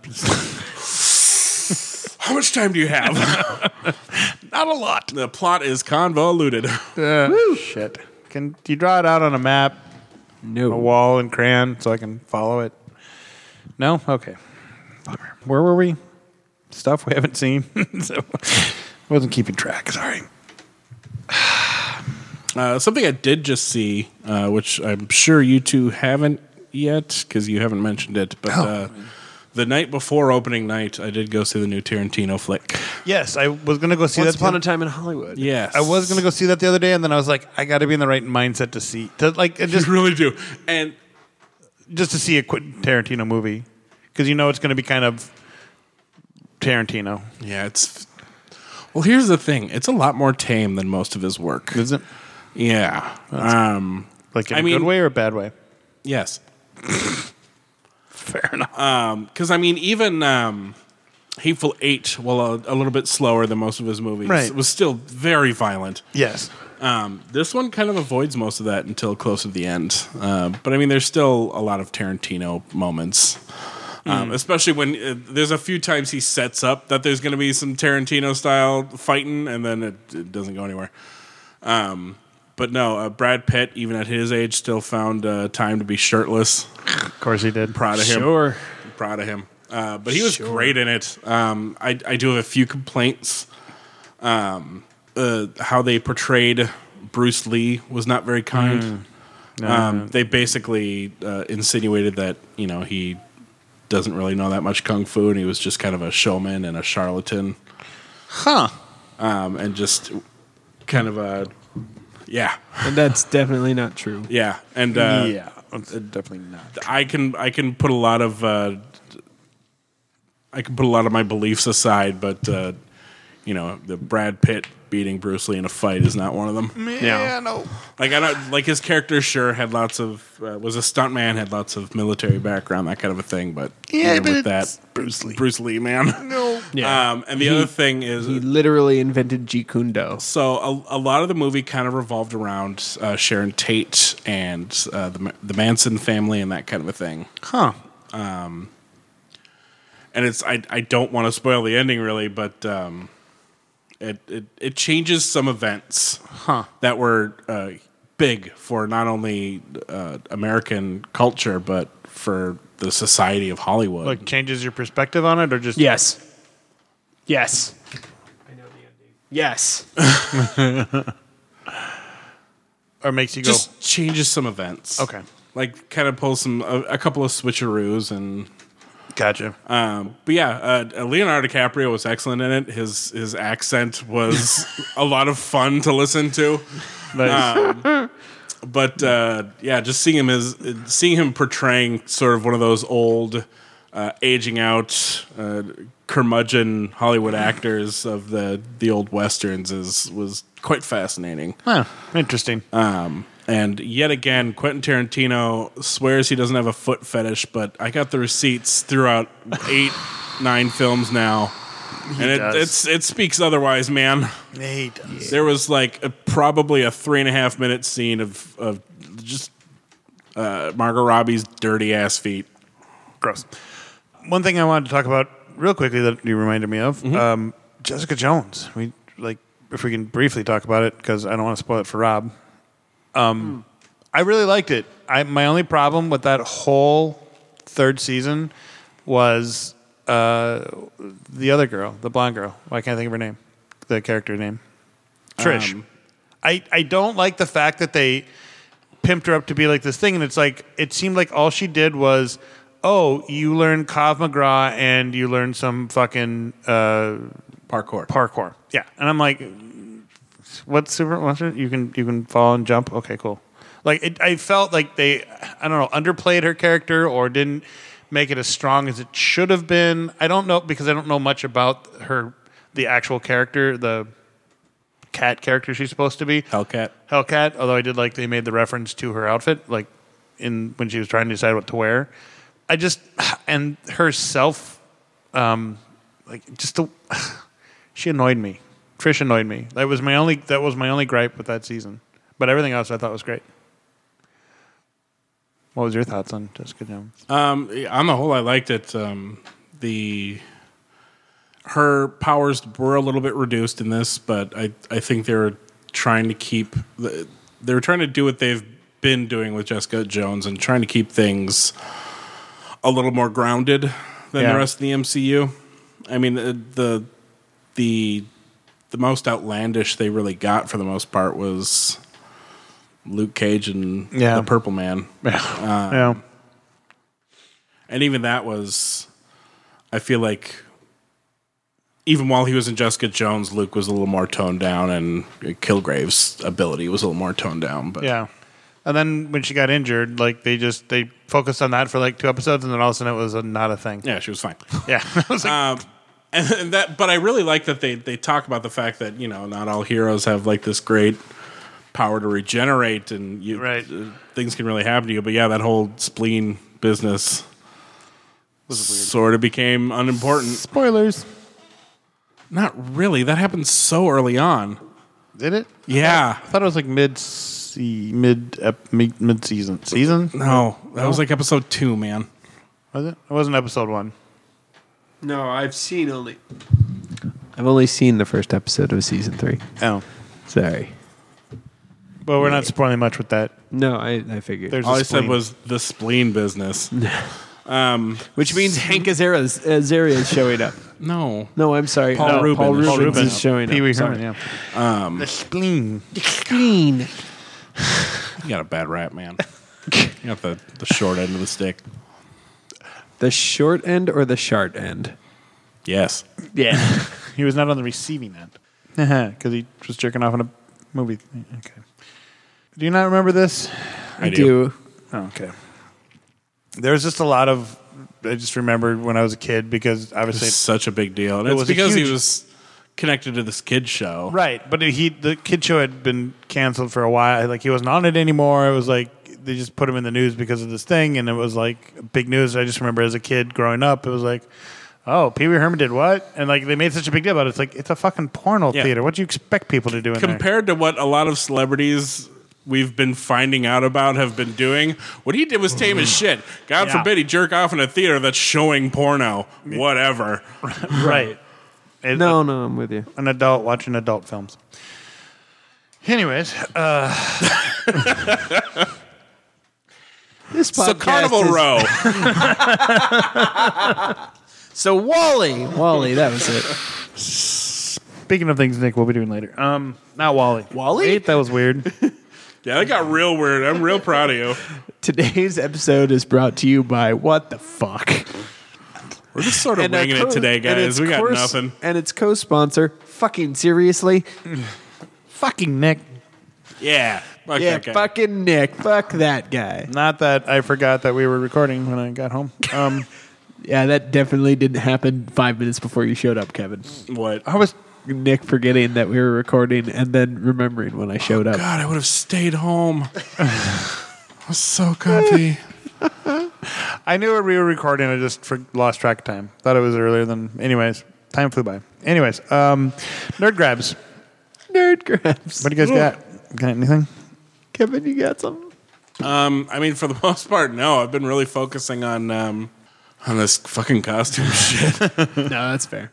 D: How much time do you have?
B: Not a lot.
D: the plot is convoluted.
B: Shit. Can do you draw it out on a map, a
C: No.
B: wall, and crayon, so I can follow it? No. Okay. Bummer. Where were we? Stuff we haven't seen. so, I wasn't keeping track. Sorry.
D: Uh, something I did just see, uh, which I'm sure you two haven't yet because you haven't mentioned it, but uh, the night before opening night, I did go see the new Tarantino flick.
B: Yes, I was gonna go see
C: Once
B: that.
C: upon
B: the-
C: a time in Hollywood.
D: Yes,
B: I was gonna go see that the other day, and then I was like, I got to be in the right mindset to see to like it just
D: You really do, and
B: just to see a Quentin Tarantino movie because you know it's going to be kind of Tarantino,
D: yeah, it's. Well, here's the thing: it's a lot more tame than most of his work.
B: isn't it?
D: Yeah. Um,
B: Like in
D: I
B: a good
D: mean-
B: way or a bad way?
D: yes.
B: Fair enough.
D: because I mean, even um, Hateful Eight, well, a, a little bit slower than most of his movies,
B: Right.
D: was still very violent.
B: yes,
D: Um, this one kind of avoids most of that until close to the end. Uh, but I mean, there's still a lot of Tarantino moments.
B: Hmm.
D: Um, especially when uh, there's a few times he sets up that there's going to be some Tarantino style fighting, and then it, it doesn't go anywhere. Um, but no, uh, Brad Pitt, even at his age, still found uh, time to be shirtless.
B: of course he did.
D: Proud of him
C: Sure.
D: proud of him. Uh, but he was great in it. Um, I, I do have a few complaints. Um, uh, how they portrayed Bruce Lee was not very kind. um, they basically uh, insinuated that you know he doesn't really know that much kung fu, and he was just kind of a showman and a charlatan,
B: Huh?
D: um, and just kind of a yeah,
C: And that's definitely not true.
D: yeah, and uh,
B: definitely not.
D: I can I can put a lot of uh, I can put a lot of my beliefs aside, but uh, you know the Brad Pitt beating Bruce Lee in a fight is not one of them.
B: Yeah, no.
D: Like I don't like his character. Sure, had lots of uh, was a stuntman, had lots of military background, that kind of a thing. But
B: Yeah,
D: even
B: but
D: with
B: it's
D: that
B: Bruce Lee.
D: Bruce Lee man.
B: No.
C: Yeah.
D: Um, and the other thing is
C: He literally invented Jeet Kune Do.
D: so a, a lot of the movie kind of revolved around uh, Sharon Tate and uh, the Ma- the Manson family and that kind of a thing.
B: Huh?
D: and it's I, I don't want to spoil the ending really, but um, it, it it changes some events
B: Huh.
D: that were uh, big for not only uh, American culture but for the society of Hollywood.
B: Like changes your perspective on it, or just
C: Yes. Yes. I know the ending. Yes.
B: or makes you go
D: just changes some events.
B: Okay.
D: Like kind of pulls some a, a couple of switcheroos and
B: gotcha.
D: um, but yeah, uh, uh, Leonardo DiCaprio was excellent in it. His his accent was a lot of fun to listen to. Um,
B: Nice.
D: But uh, yeah, just seeing him as seeing him portraying sort of one of those old, uh, aging out, uh, curmudgeon Hollywood actors of the the old westerns is was quite fascinating.
B: Huh, interesting.
D: Um, and yet again, Quentin Tarantino swears he doesn't have a foot fetish, but I got the receipts throughout eight, nine films now, and it,
B: does.
D: it's it speaks otherwise, man.
B: he does.
D: There was like a, probably a three and a half minute scene of of just uh, Margot Robbie's dirty ass feet.
B: Gross. One thing I wanted to talk about real quickly that you reminded me of um, Jessica Jones. We like if we can briefly talk about it because I don't want to spoil it for Rob. Um, I really liked it. I, my only problem with that whole third season was uh, the other girl, the blonde girl. Why can't I think of her name? The character name, Trish.
D: Um,
B: I, I don't like the fact that they pimped her up to be like this thing, and it's like it seemed like all she did was, oh, you learn Krav Maga and you learn some fucking uh,
D: Parkour.
B: parkour, yeah. And I'm like, what's super? What's it? You can you can fall and jump. Okay, cool. Like it, I felt like they, I don't know, underplayed her character or didn't make it as strong as it should have been. I don't know because I don't know much about her, the actual character, the cat character she's supposed to be.
D: Hellcat.
B: Hellcat. Although I did like they made the reference to her outfit, like in when she was trying to decide what to wear. I just and herself, um, like just the she annoyed me. Trish annoyed me. That was my only that was my only gripe with that season. But everything else I thought was great. What was your thoughts on Jessica Jones?
D: Um, on the whole, I liked it. Um, the her powers were a little bit reduced in this, but I I think they were trying to keep the- they were trying to do what they've been doing with Jessica Jones and trying to keep things a little more grounded than
B: Yeah.
D: the rest of the MCU. I mean uh, the the the most outlandish they really got for the most part was Luke Cage and
B: Yeah.
D: the Purple Man.
B: yeah.
D: And even that was, I feel like, even while he was in Jessica Jones, Luke was a little more toned down, and Kilgrave's ability was a little more toned down. But
B: Yeah. And then when she got injured, like they just they focused on that for like two episodes, and then all of a sudden it was a, not a thing.
D: yeah, she was fine.
B: Yeah, I was like,
D: um, and, and that, but I really like that they they talk about the fact that you know not all heroes have like this great power to regenerate, and you
B: Right.
D: uh, things can really happen to you. But yeah, that whole spleen business sort of became unimportant.
B: spoilers.
D: Not really. That happened so early on.
B: Did it?
D: Yeah.
B: I thought it was like mid mid ep- mid mid season season.
D: No, that was like episode two, man.
B: Was it? It wasn't episode one.
C: No, I've seen only. I've only seen the first episode of season three.
B: Oh,
C: Sorry.
B: well, we're not spoiling much with that.
C: No, I, I figured.
B: There's
D: All
B: a
D: I said
B: spleen.
D: was the spleen business. um,
C: Which means Hank Azaria's, Azaria is showing up.
D: no,
C: No, I'm sorry.
D: Paul
C: no,
D: Rubin.
C: Paul Rubens
D: Paul Rubin.
C: is showing up.
B: Pee Wee
C: Sorry.
B: Herman. Yeah. Um, the spleen.
C: Clean.
D: you got a bad rap, man. you got the, the short end of the stick.
C: The short end or the short end?
D: Yes.
B: Yeah. he was not on the receiving
C: Uh-huh.
B: end because he was jerking off in a movie. Okay. Do you not remember this?
D: I,
B: Oh, okay. There was just a lot of. I just remembered when I was a kid because obviously
D: It's such a big deal. And
B: It
D: it's
B: was a
D: because
B: huge-
D: he was connected to this kid show.
B: Right, but he the kid show had been canceled for a while. Like he wasn't on it anymore. It was like they just put him in the news because of this thing, and it was like big news. I just remember as a kid growing up, it was like, oh, Pee Wee Herman did what? And like they made such a big deal about it. It's like it's a fucking porno
D: Yeah.
B: theater. What do you expect people to do in there?
D: Compared to what a lot of celebrities we've been finding out about have been doing, what he did was tame as shit. God
B: Yeah.
D: forbid he jerk off in a theater that's showing porno. Whatever.
B: right? It-
C: No, no, I'm with you.
B: an adult watching adult films. Anyways, uh,
C: This podcast
D: So Carnival
C: is-
D: Row.
C: So Wally, Wally, that was it.
B: speaking of things, Nick, we'll be doing later. Um, not Wally.
C: Wall-E?
B: Wait, that was weird.
D: Yeah, that got real weird. I'm real proud of you.
C: Today's episode is brought to you by What the Fuck.
D: We're just sort of
C: our
D: winging
C: co-
D: it today,
C: and its
D: guys. We got
C: course-
D: nothing.
C: And its co sponsor, fucking seriously.
B: Fucking Nick.
D: Yeah. Fuck
C: Yeah,
D: that guy.
C: fucking Nick. Fuck that guy.
B: Not that I forgot that we were recording when I got home. Um,
C: Yeah, that definitely didn't happen five minutes before you showed up, Kevin.
D: What?
B: I was
C: Nick forgetting that we were recording and then remembering
B: Oh,
C: when I showed up.
D: God, I would have stayed home. I was so comfy.
B: I knew we were recording. I just for, lost track of time. Thought it was earlier than. Anyways, time flew by. Anyways, um, nerd grabs.
C: Nerd grabs.
B: What do you guys got? Got anything?
C: Kevin, you got something?
D: Um, I mean, for the most part, no. I've been really focusing on um, on this fucking costume shit.
C: no, that's fair.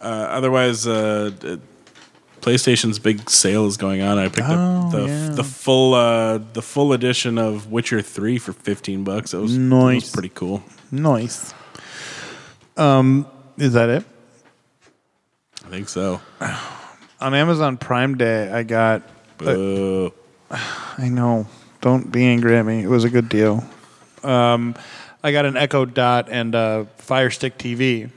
D: Uh, otherwise, uh, d- PlayStation's big sale is going on. I picked up the, the full uh, the full edition of Witcher Three for fifteen bucks. It was it was
B: Nice.
D: pretty cool.
B: Nice. Um, is that it?
D: I think so.
B: On Amazon Prime Day, I got.
D: Boo.
B: I know. Don't be angry at me. It was a good deal. Um, I got an Echo Dot and a Fire Stick TV,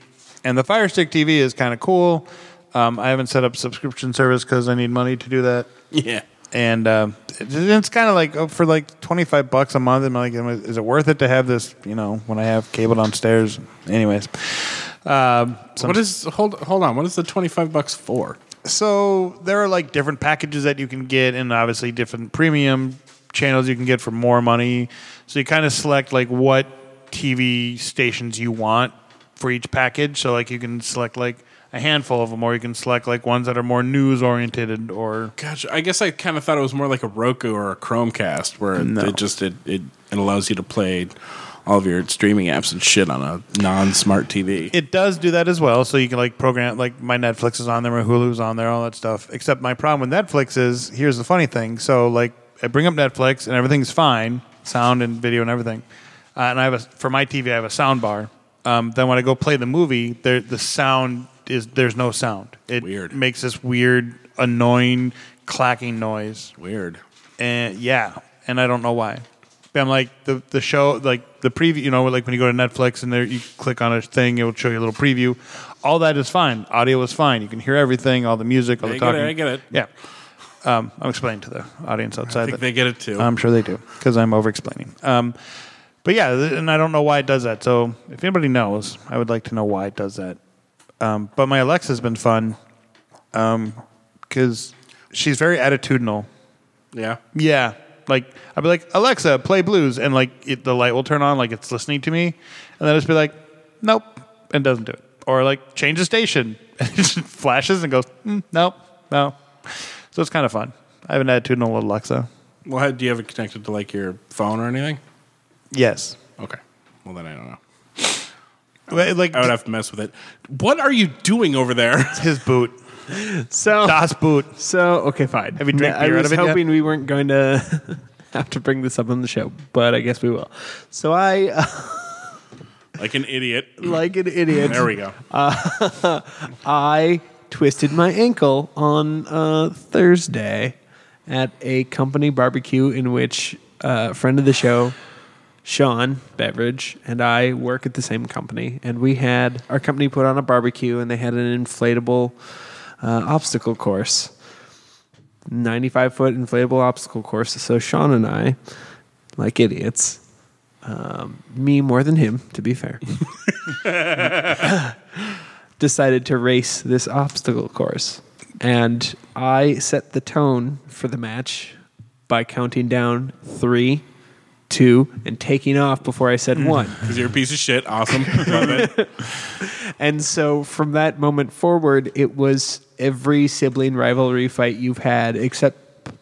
B: and the Fire Stick TV is kind of cool. Um, I haven't set up subscription service because I need money to do that.
D: yeah.
B: and uh, it- it's kind of like oh, for like 25 bucks a month i'm like am I- is it worth it to have this you know when i have cable downstairs anyways um, so,
D: What is hold hold on? What is the twenty five bucks for?
B: so there are like different packages that you can get and obviously different premium channels you can get for more money so you kind of select like what tv stations you want for each package so like you can select like a handful of them or you can select like ones that are more news oriented or
D: Gosh, I guess I kind of thought it was more like a Roku or a Chromecast, where it- it just it, it it allows you to play all of your streaming apps and shit on a non smart TV.
B: it does do that as well. So you can like program like my Netflix is on there, my Hulu's on there, all that stuff. Except my problem with Netflix is here's the funny thing. So like I bring up Netflix and everything's fine, sound and video and everything. Uh, and I have a for my TV I have a sound bar. Um, then when I go play the movie, there the sound is there's no sound. It
D: Weird.
B: makes this weird annoying clacking noise
D: Weird.
B: and yeah, and I don't know why. I'm like the the show, like the preview. You know, like when you go to Netflix and there you click on a thing, it will show you a little preview. All that is fine. Audio is fine. You can hear everything, all the music, all
D: I
B: the
D: get it,
B: talking.
D: I get it.
B: Yeah, um, I'm explaining to the audience outside.
D: I think
B: that-
D: they get it too.
B: I'm sure they do because I'm over explaining. Um, but yeah, th- and I don't know why it does that. So if anybody knows, I would like to know why it does that. Um, but my Alexa's been fun because she's very attitudinal.
D: yeah.
B: Yeah. Like I'd be like, Alexa, play blues, and like it, the light will turn on, like it's listening to me, and then just be like, nope, and doesn't do it, or like change the station, and it just flashes and goes, mm, nope, no. So it's kind of fun. I have an attitudinal Alexa.
D: Well, how- do you have it connected to like your phone or anything?
B: Yes.
D: Okay. Well, then I don't know.
B: Wait, Like
D: I would have to mess with it. What are you doing over there?
B: his boot,
C: So,
B: Das Boot.
C: so okay, fine. Have
B: you drank
C: I
B: beer out
C: was
B: of it yet?
C: hoping we weren't going to have to bring this up on the show, but I guess we will. So I, uh,
D: Like an idiot.
C: like an idiot,
D: There we go.
C: I twisted my ankle on uh, Thursday at a company barbecue in which uh, a friend of the show, Sean Beveridge, and I work at the same company. And we had our company put on a barbecue and they had an inflatable uh, obstacle course 95 foot inflatable obstacle course. So Sean and I, like idiots, um, me more than him, to be fair decided to race this obstacle course. And I set the tone for the match by counting down three, two, and taking off before I said one.
D: Because you're a piece of shit. Awesome. Love it.
C: And so from that moment forward, it was every sibling rivalry fight you've had, except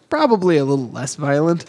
C: probably a little less violent.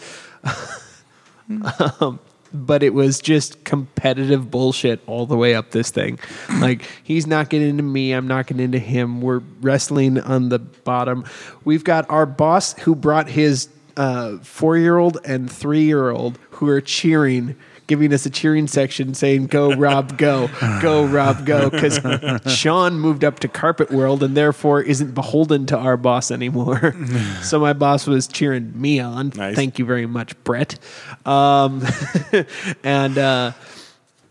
C: um, but it was just competitive bullshit all the way up this thing. Like, he's not getting into me. I'm not getting into him. We're wrestling on the bottom. We've got our boss who brought his uh, four year old and three year old who are cheering giving us a cheering section saying, Go, Rob, go, go, Rob, go. Because Sean moved up to Carpet World and therefore isn't beholden to our boss anymore. so my boss was cheering me on.
D: Nice.
C: Thank you very much, Brett. Um, and, uh,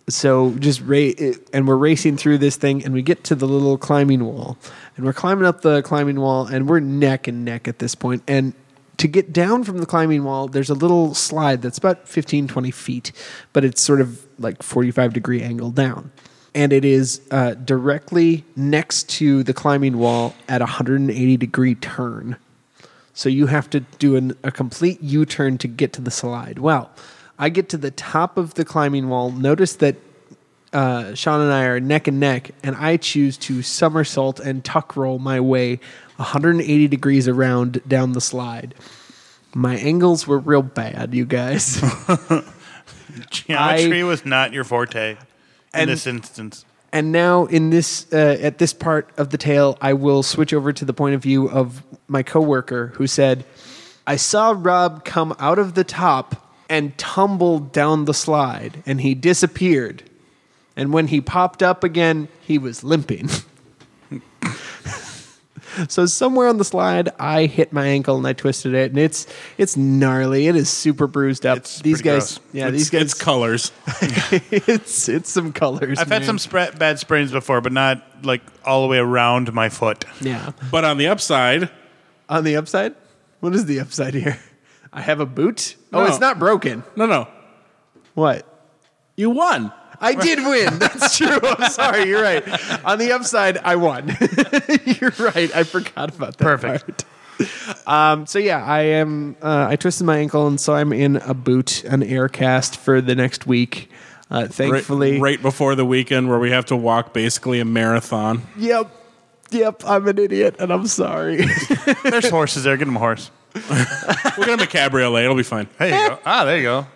C: so just ra- and we're racing through this thing and we get to the little climbing wall and we're climbing up the climbing wall and we're neck and neck at this point and to get down from the climbing wall there's a little slide that's about 15 20 feet but it's sort of like 45 degree angle down and it is uh, directly next to the climbing wall at 180 degree turn so you have to do an, a complete U turn to get to the slide. Well, I get to the top of the climbing wall. Notice that uh, Sean and I are neck and neck, and I choose to somersault and tuck roll my way 180 degrees around down the slide. My angles were real bad, you guys.
B: Geometry
C: I-
B: was not your forte in
C: And-
B: this instance.
C: and now in this uh, at this part of the tale i will switch over to the point of view of my coworker who said i saw rob come out of the top and tumble down the slide and he disappeared and when he popped up again he was limping so somewhere on the slide i hit my ankle and i twisted it and it's it's gnarly it is super bruised up
B: It's
C: these
B: pretty
C: guys
B: gross.
C: yeah
D: it's,
C: these guys
D: it's colors.
C: it's it's some colors
B: I've
C: man.
B: had some spra- bad sprains before, but not like all the way around my foot.
C: yeah
D: But on the upside,
C: On the upside? What is the upside here? I have a boot? Oh,
D: No.
C: it's not broken.
D: no, no,
C: What?
D: you won.
C: I did win. That's true. I'm sorry. You're right. On the upside, I won. you're right. I forgot about that.
B: Perfect.
C: part. Um, so yeah, I am. Uh, I twisted my ankle, and so I'm in a boot, an air cast for the next week. Uh,
D: Right-
C: thankfully,
D: right before the weekend where we have to walk basically a marathon.
C: Yep. Yep. I'm an idiot, and I'm sorry.
B: There's horses there. Get them a horse.
D: We'll get him a cabriolet. It'll be fine.
B: There you go. Ah, there you go.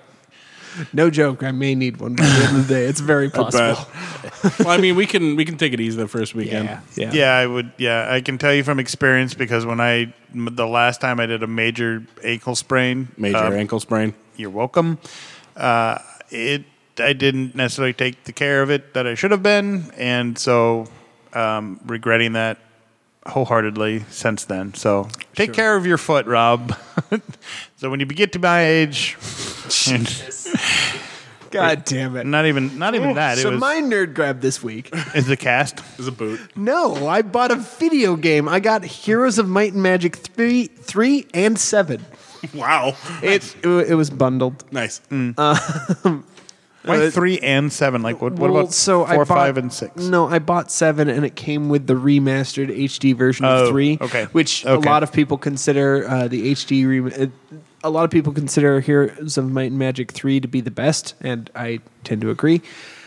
C: no joke. I may need one by the end of the day. It's very
D: But
C: possible.
D: well, I mean, we can we can take it easy the first weekend.
C: Yeah. Yeah.
B: Yeah, I would. Yeah, I can tell you from experience because when I m- the last time I did a major ankle sprain,
D: Major
C: Um,
D: eh?
B: uh,
D: ankle sprain.
B: you're welcome. Uh, it I didn't necessarily take the care of it that I should have been, and so um, regretting that wholeheartedly since then. So take care of your foot, Rob. so when you get to my age,
C: God damn it.
B: not even not even that.
C: so
B: it was
C: my nerd grab this week.
B: is the cast.
D: Is a boot.
C: No, I bought a video game. I got Heroes of Might and Magic three, three and seven.
D: Wow.
C: It it, was bundled.
D: Nice.
C: Mm.
B: Why
C: Uh,
B: three and seven? Like what? What
C: Well,
B: about
C: so I
B: four,
C: bought,
B: five, and six?
C: No, I bought seven, and it came with the remastered HD version of
B: Oh,
C: three.
B: okay.
C: which a
B: Okay.
C: lot of people consider uh, the HD. Re- uh, a lot of people consider Heroes of Might and Magic three to be the best, and I tend to agree.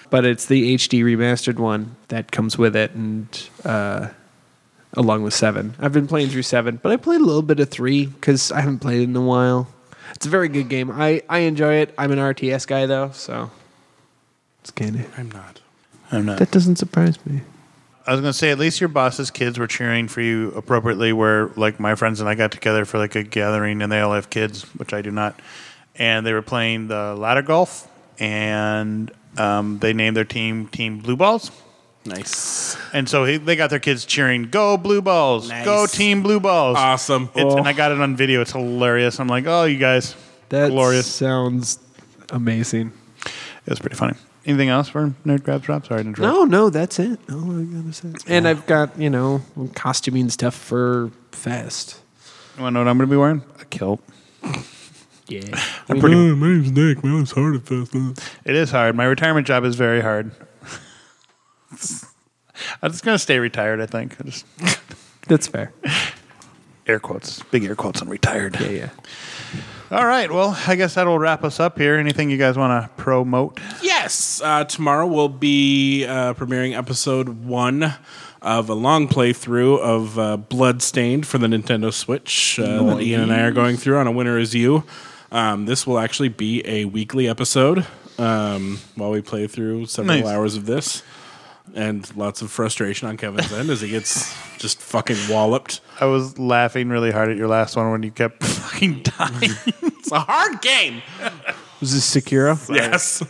C: But it's the HD remastered one that comes with it, and uh, along with seven. I've been playing through seven, but I played a little bit of three because I haven't played it in a while. It's a very good game. I, I enjoy it. I'm an RTS guy though, so it's candy.
D: I'm not.
B: I'm not.
C: That doesn't surprise me.
B: I was gonna say at least your boss's kids were cheering for you appropriately. Where like my friends and I got together for like a gathering, and they all have kids, which I do not, and they were playing the ladder golf, and um, they named their team Team Blue Balls,
D: Nice.
B: and so he, they got their kids cheering, "Go Blue Balls, go
D: Nice.
B: Team Blue Balls!"
D: Awesome.
B: It's,
C: Oh.
B: And I got it on video. It's hilarious. I'm like, oh, you guys,
C: That
B: glorious.
C: sounds amazing.
B: It was pretty funny. Anything else for nerd grab drop? Sorry to interrupt.
C: No, no, that's it. Oh my god, that's it. And I've got you know costuming stuff for fest.
B: You want to know what I'm gonna be wearing? A kilt.
C: Yeah, Mm.
B: I'm pretty.
D: my name's Nick. My name's hard at fast.
B: It is hard. My retirement job is very hard. I'm just gonna stay retired. I think. I just
C: that's fair.
B: air quotes, big air quotes on retired.
C: Yeah, yeah.
B: All right. Well, I guess that'll wrap us up here. Anything you guys want to promote?
D: Yes. Uh, tomorrow we'll be uh, premiering episode one of a long playthrough of uh, Bloodstained for the Nintendo Switch uh, that Ian and I are going through on A Winner Is You. Um, this will actually be a weekly episode um, while we play through several
B: Nice.
D: hours of this. And lots of frustration on Kevin's end as he gets just fucking walloped.
B: I was laughing really hard at your last one when you kept fucking dying.
D: It's a hard game.
C: Was this Sekiro?
D: Yes.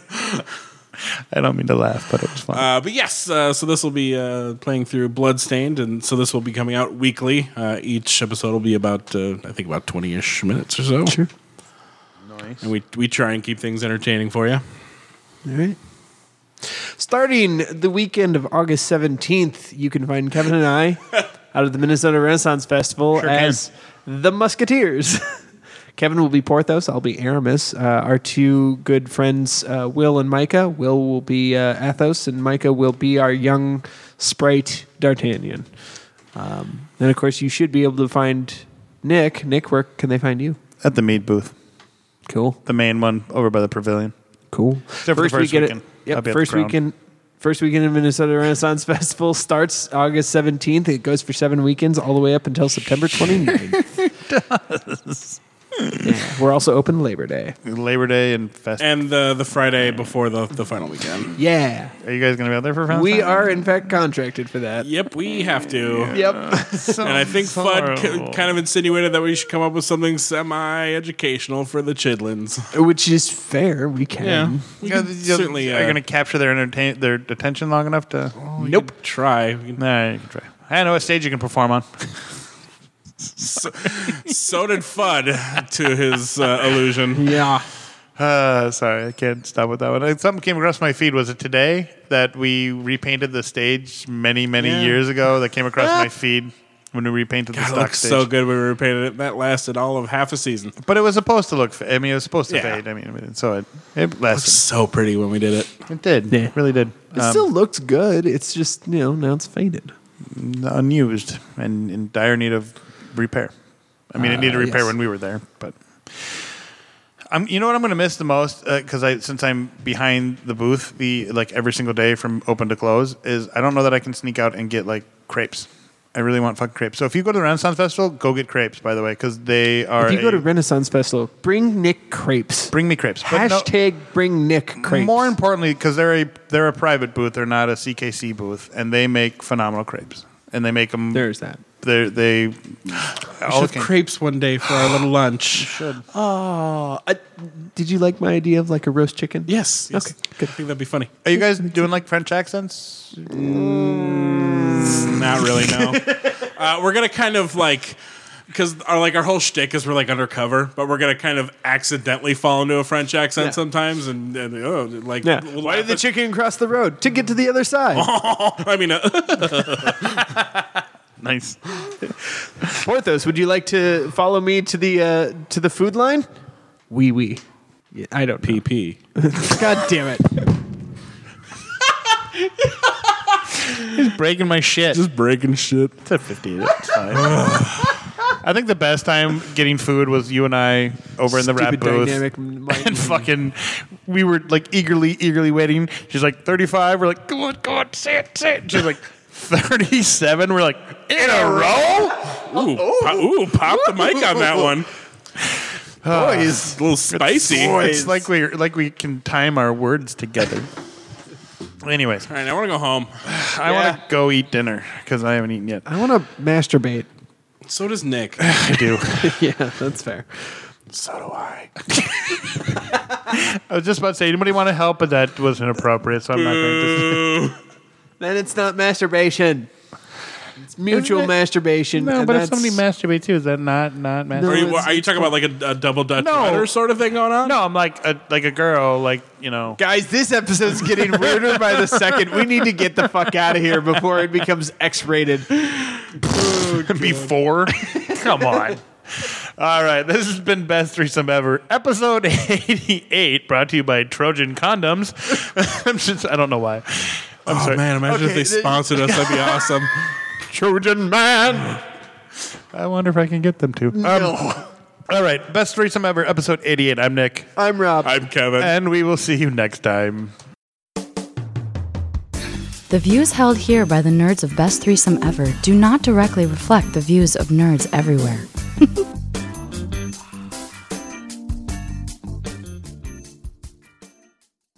B: I don't mean to laugh, but it was fun.
D: Uh, but yes, uh, so this will be uh, playing through Bloodstained, and so this will be coming out weekly. Uh, each episode will be about, uh, I think, about 20 ish minutes or so.
C: Sure.
D: And we, we try and keep things entertaining for you.
C: All right. Starting the weekend of August 17th, you can find Kevin and I out of the Minnesota Renaissance Festival
B: Sure can.
C: as the Musketeers. Kevin will be Porthos. I'll be Aramis. Uh, our two good friends, uh, Will and Micah. Will will be uh, Athos, and Micah will be our young sprite D'Artagnan. Um, and of course, you should be able to find Nick. Nick, where can they find you?
B: At the meat booth,
C: Cool.
B: the main one over by the pavilion.
C: Cool.
B: for the first
C: weekend.
B: weekend. I'll
C: Yep,
B: be at
C: first
B: the ground.
C: weekend. First weekend in Minnesota Renaissance Festival starts August 17th. It goes for seven weekends all the way up until September 29th. Yeah, we're also open Labor Day.
B: Labor Day and Fest.
D: And the, the Friday before the, the final weekend.
C: Yeah.
B: are you guys going to be out there for Valentine's?
C: We are, in fact, contracted for that.
D: Yep, we have to.
C: Yep.
B: So
D: And I think
B: horrible.
D: Fudd c- kind of insinuated that we should come up with something semi educational for the Chidlins.
C: Which is fair. We can.
D: We
B: Yeah,
D: can
B: you-
D: certainly
B: are you
D: uh,
B: going to capture their entertain their attention long enough to.
C: Nope.
D: try. We can-
B: All right, you can try. I know a stage you can perform on.
D: So, so did Fudd to his uh, illusion.
C: Yeah.
B: Uh, sorry, I can't stop with that one. Uh, Something came across my feed. Was it today that we repainted the stage many, many
D: Yeah.
B: years ago? That came across my feed when we repainted the
D: It
B: stock
D: looks
B: stage.
D: so good when we repainted it. That lasted all of half a season.
B: But it was supposed to look. fa- I mean, it was supposed to
D: Yeah.
B: fade. I mean, I mean, so it it lasted.
D: So pretty when we did it.
B: It did.
C: Yeah.
B: It really did.
C: It
B: Um,
C: still looks good. It's just, you know, now it's faded.
B: unused and in dire need of repair. I mean, it needed
C: Uh,
B: repair
C: yes.
B: when we were there, but I'm. You know what I'm going to miss the most because I since I'm behind the booth the like every single day from open to close is I don't know that I can sneak out and get like crepes. I really want fucking crepes. So if you go to the Renaissance Festival, go get crepes. By the way, because they are.
C: If you go
B: a-
C: to Renaissance Festival, bring Nick crepes.
B: bring me crepes. But no-
C: Hashtag bring Nick crepes.
B: More importantly, because they're a they're a private booth, they're not a CKC booth, and they make phenomenal crepes, and they make them.
C: There's that.
B: They're, they all
D: Should have
B: can-
D: crepes one day for our little lunch.
C: Oh, I, did you like my idea of like a roast chicken?
D: Yes. yes.
C: Okay, good.
D: I think that'd be funny.
B: Are you guys doing like French accents?
D: Not really. No. uh, we're gonna kind of like. Because our like our whole shtick is we're like undercover, but we're gonna kind of accidentally fall into a French accent
C: Yeah.
D: sometimes, and, and oh, like
C: Yeah. Oh.
D: we'll
C: Why
D: laugh
C: did the
D: at-
C: chicken cross the road to get to the other side?
D: I mean, uh,
B: Nice.
C: Porthos, would you like to follow me to the uh, to the food line? Wee wee. Yeah, I don't. Peep.
D: PP.
C: God damn it!
B: Breaking my shit.
D: Just breaking shit.
B: It's a 50. It's fine. I think the best time getting food was you and I over in the rap
C: Stupid
B: booth.
C: dynamic mic.
B: And fucking, we were like eagerly, eagerly waiting. She's like 35. We're like, come on, come on, say it, say it. She's like 37. We're like, in a row?
D: Ooh,
C: Oh.
D: po- ooh, pop the mic on that one.
B: Boys.
D: It's a little spicy. All
B: Ah. It's like we like we can time our words together. Anyways,
D: right, I want to go home.
B: I want to go eat dinner because I haven't eaten yet.
C: I want to masturbate.
D: So does Nick.
B: I do.
C: yeah, that's fair.
D: so do I.
B: I was just about to say, anybody want to help? But that was inappropriate, so I'm not going to.
C: Then it's not masturbation. It's mutual
B: Isn't it-
C: masturbation. and that's-
B: masturbates too, is that not not
D: Are
C: masturbation?
D: you, are you talking about like a, a double Dutch
B: No.
D: no. sort of thing going on?
B: No, I'm like a like a girl, like you know.
C: Guys, this episode's getting weirder by the second. We need to get the fuck out of here before it becomes X-rated.
B: before. Come on. All right, this has been Best Threesome Ever, episode 88, brought to you by Trojan Condoms. I'm just, I don't know why. I'm
D: Oh
B: sorry.
D: man, imagine if
C: Okay,
D: they
C: th-
D: sponsored us. That'd be awesome.
B: Trojan Man. I wonder if I can get them to. Um,
C: No.
B: all right, Best Threesome Ever, episode 88. I'm Nick,
C: I'm Rob.
D: I'm Kevin.
B: and we will see you next time.
A: The views held here by the nerds of Best Threesome Ever do not directly reflect the views of nerds everywhere.